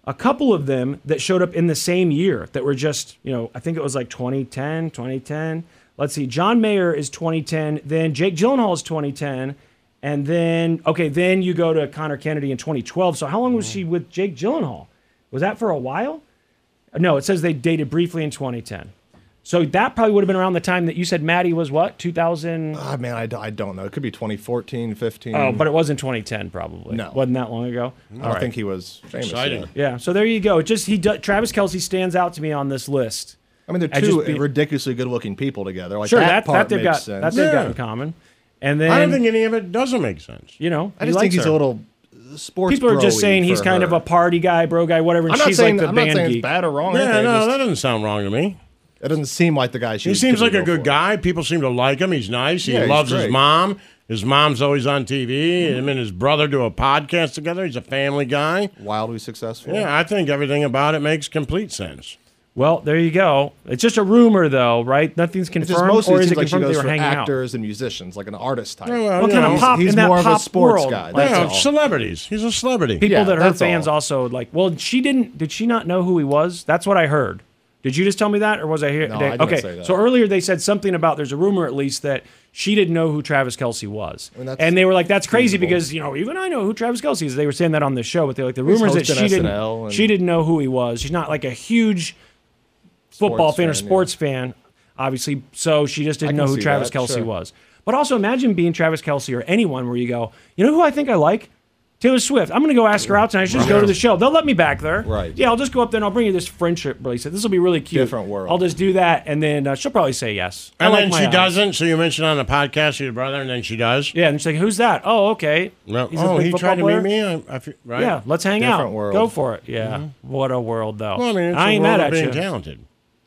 a couple of them that showed up in the same year that were just, you know, I think it was like 2010, 2010. Let's see, John Mayer is 2010, then Jake Gyllenhaal is 2010, and then okay, then you go to Connor Kennedy in 2012. So how long Mm. was she with Jake Gyllenhaal? Was that for a while? No, it says they dated briefly in 2010. So that probably would have been around the time that you said Maddie was what 2000. Ah, man, I, d- I don't know. It could be 2014, 15. Oh, but it wasn't 2010 probably. No. wasn't that long ago. I don't think he was famous Exciting. yet. Yeah. So there you go. Just he do, Travis Kelsey stands out to me on this list. I mean, they're As just two being- ridiculously good-looking people together. Like sure that, that, that part they've makes got that sense. they've got in common. And then I don't think any of it doesn't make sense. you know I he just think likes he's her. a little uh, sports. People are just bro-y saying he's for kind her. of a party guy, bro guy, whatever. And I'm not she's saying- like the I'm not band saying it's geek. bad or wrong or Yeah, anything, no, just- that doesn't sound wrong to me. It doesn't seem like the guy. She He was seems gonna like a go good for. guy. People seem to like him. He's nice. He Yeah, he's loves his great. mom. His mom's always on TV. Him and his brother do a podcast together. He's a family guy. Wildly successful. Yeah, I think everything about it makes complete sense. Well, there you go. It's just a rumor, though, right? Nothing's It just confirmed, mostly or is seems it like she confirmed goes they were for hanging out? actors and musicians, like an artist type. Well, kind of pop He's in that more of a pop sports world. guy. Like, That's yeah, all. celebrities. He's a celebrity. People that her that's fans all. also like. Well, she didn't. Did she not know who he was? That's what I heard. Did you just tell me that, or was I here? No, they- I didn't okay. say that. So earlier they said something about there's a rumor at least that she didn't know who Travis Kelsey was, mean, that's and they were like, "That's crazy," feasible. because you know even I know who Travis Kelsey is. They were saying that on the show, but they're like the He's rumors that hosting she didn't SNL and- she didn't know who he was. She's not like a huge football Sports fan or fan, yeah. sports fan, obviously. So she just I didn't can know who see Travis that, Kelsey sure. was. But also imagine being Travis Kelsey or anyone where you go, you know who I think I like? Taylor Swift. I'm going to go ask her out tonight. I should just go to the show. They'll let me back there. Right. Yeah, I'll just go up there and I'll bring you this friendship bracelet. This will be really cute. Different world. I'll just do that. And then uh, she'll probably say yes. I And like then my she odds. doesn't. So you mentioned on the podcast your brother, and then she does. Yeah. And she's like, who's that? Oh, okay. No. He's a oh, big he football tried to player? meet me. I, I fe- right? Yeah, let's hang out. Different world. Go for it. Yeah. What a world, though. Well, I mean, it's a ain't world mad of at being you. talented.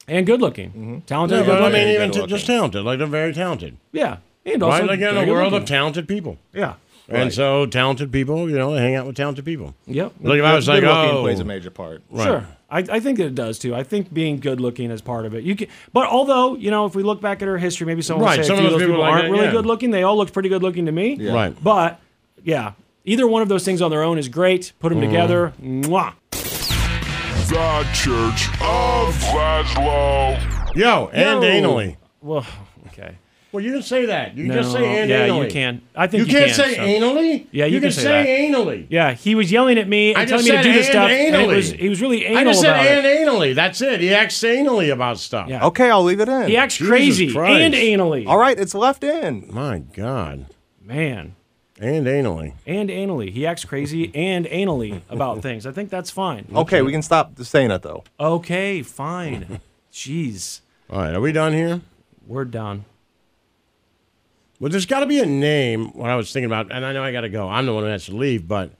And good looking. Talented. No, and good but I looking. mean, even t- just talented. Like they're very talented. Yeah. And Right? also Like in a very world of good-looking. talented people. Yeah. And Right. so talented people, you know, they hang out with talented people. Yep. Like if I was like, Good-looking oh, plays a major part. Right. Sure. I, I think that it does too. I think being good looking is part of it. You can, but although you know, if we look back at her history, maybe someone Right, will say some a of few those those people people, like aren't that, really yeah. good looking. They all looked pretty good looking to me. Yeah. Right. But yeah, either one of those things on their own is great. Put them Mhm. together. Mwah. The Church of Laszlo. Yo, and Yo. anally. Well, okay. Well, you can say that. You can No, just say and yeah, anally. you can. I think you, you can't can, say so- anally. Yeah, you can can, say, say anally. Yeah, he was yelling at me and I telling just me to said do this and stuff. and it anally. was, he was really anal I just said about it. and anally. That's it. He acts anally about stuff. Yeah. Okay, I'll leave it in. He acts Jesus crazy Christ. and anally. All right, it's left in. My God. Man. And anally. And anally, he acts crazy (laughs) and anally about things. I think that's fine. Okay, we can stop saying it though. Okay, (laughs) fine. Jeez. All right, are we done here? We're done. Well, there's got to be a name. What I was thinking about, and I know I got to go. I'm the one who has to leave, but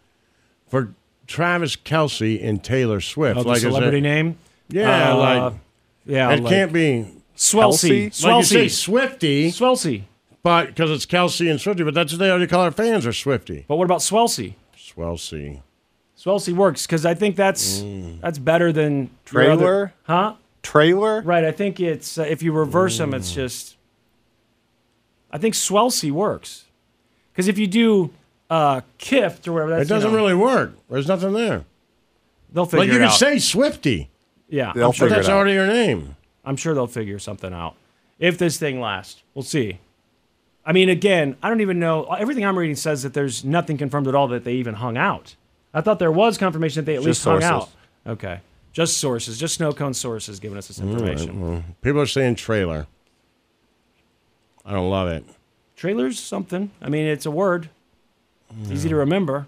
for Travis Kelsey and Taylor Swift, Oh, the is it- celebrity name? Yeah, Uh, like yeah, it like- can't be Swelsey. Like you say Swelsey. Swifty, Swelsey, but because it's Kelsey and Swifty, but that's what they already call our fans are Swifty. But what about Swelsey? Swelsey. Swelsey works because I think that's Mm. that's better than your Trailer? other- huh? Trailer. Right. I think it's uh, if you reverse them, Mm. it's just. I think Swelsey works because if you do uh, Kift or whatever, that's, It doesn't you know, really work. There's nothing there. They'll figure like you it can out. say Swifty. Yeah, They'll I'm sure figure it That's out. already your name. I'm sure they'll figure something out if this thing lasts. We'll see. I mean, again, I don't even know. Everything I'm reading says that there's nothing confirmed at all that they even hung out. I thought there was confirmation that they at Just least sources. hung out. Okay, just sources, just snow cone sources giving us this information. All Mm, right, well, people are saying trailer. I don't love it. Trailers, something. I mean, it's a word. It's easy to remember.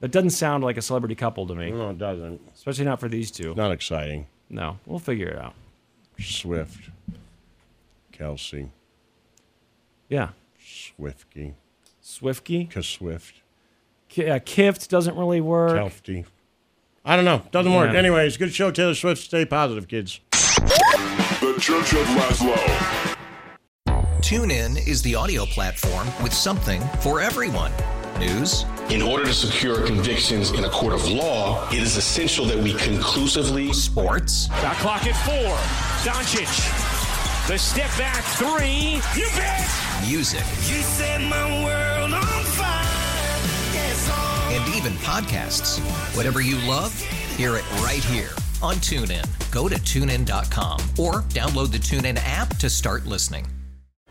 That doesn't sound like a celebrity couple to me. No, it doesn't. Especially not for these two. Not exciting. No, we'll figure it out. Swift. Kelsey. Yeah. Swifty. Swifty. Swift. K- uh, Kift doesn't really work. Kelfty. I don't know. Doesn't work. Yeah. Anyways, good show, Taylor Swift. Stay positive, kids. The Church of Laszlo. TuneIn is the audio platform with something for everyone. News. In order to secure convictions in a court of law, it is essential that we conclusively. Sports. The clock at four. Doncic. The step back three. You bet. Music. You set my world on fire. Yes, oh. and even podcasts. Whatever you love, hear it right here on TuneIn. Go to tunein.com or download the TuneIn app to start listening.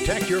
Protect your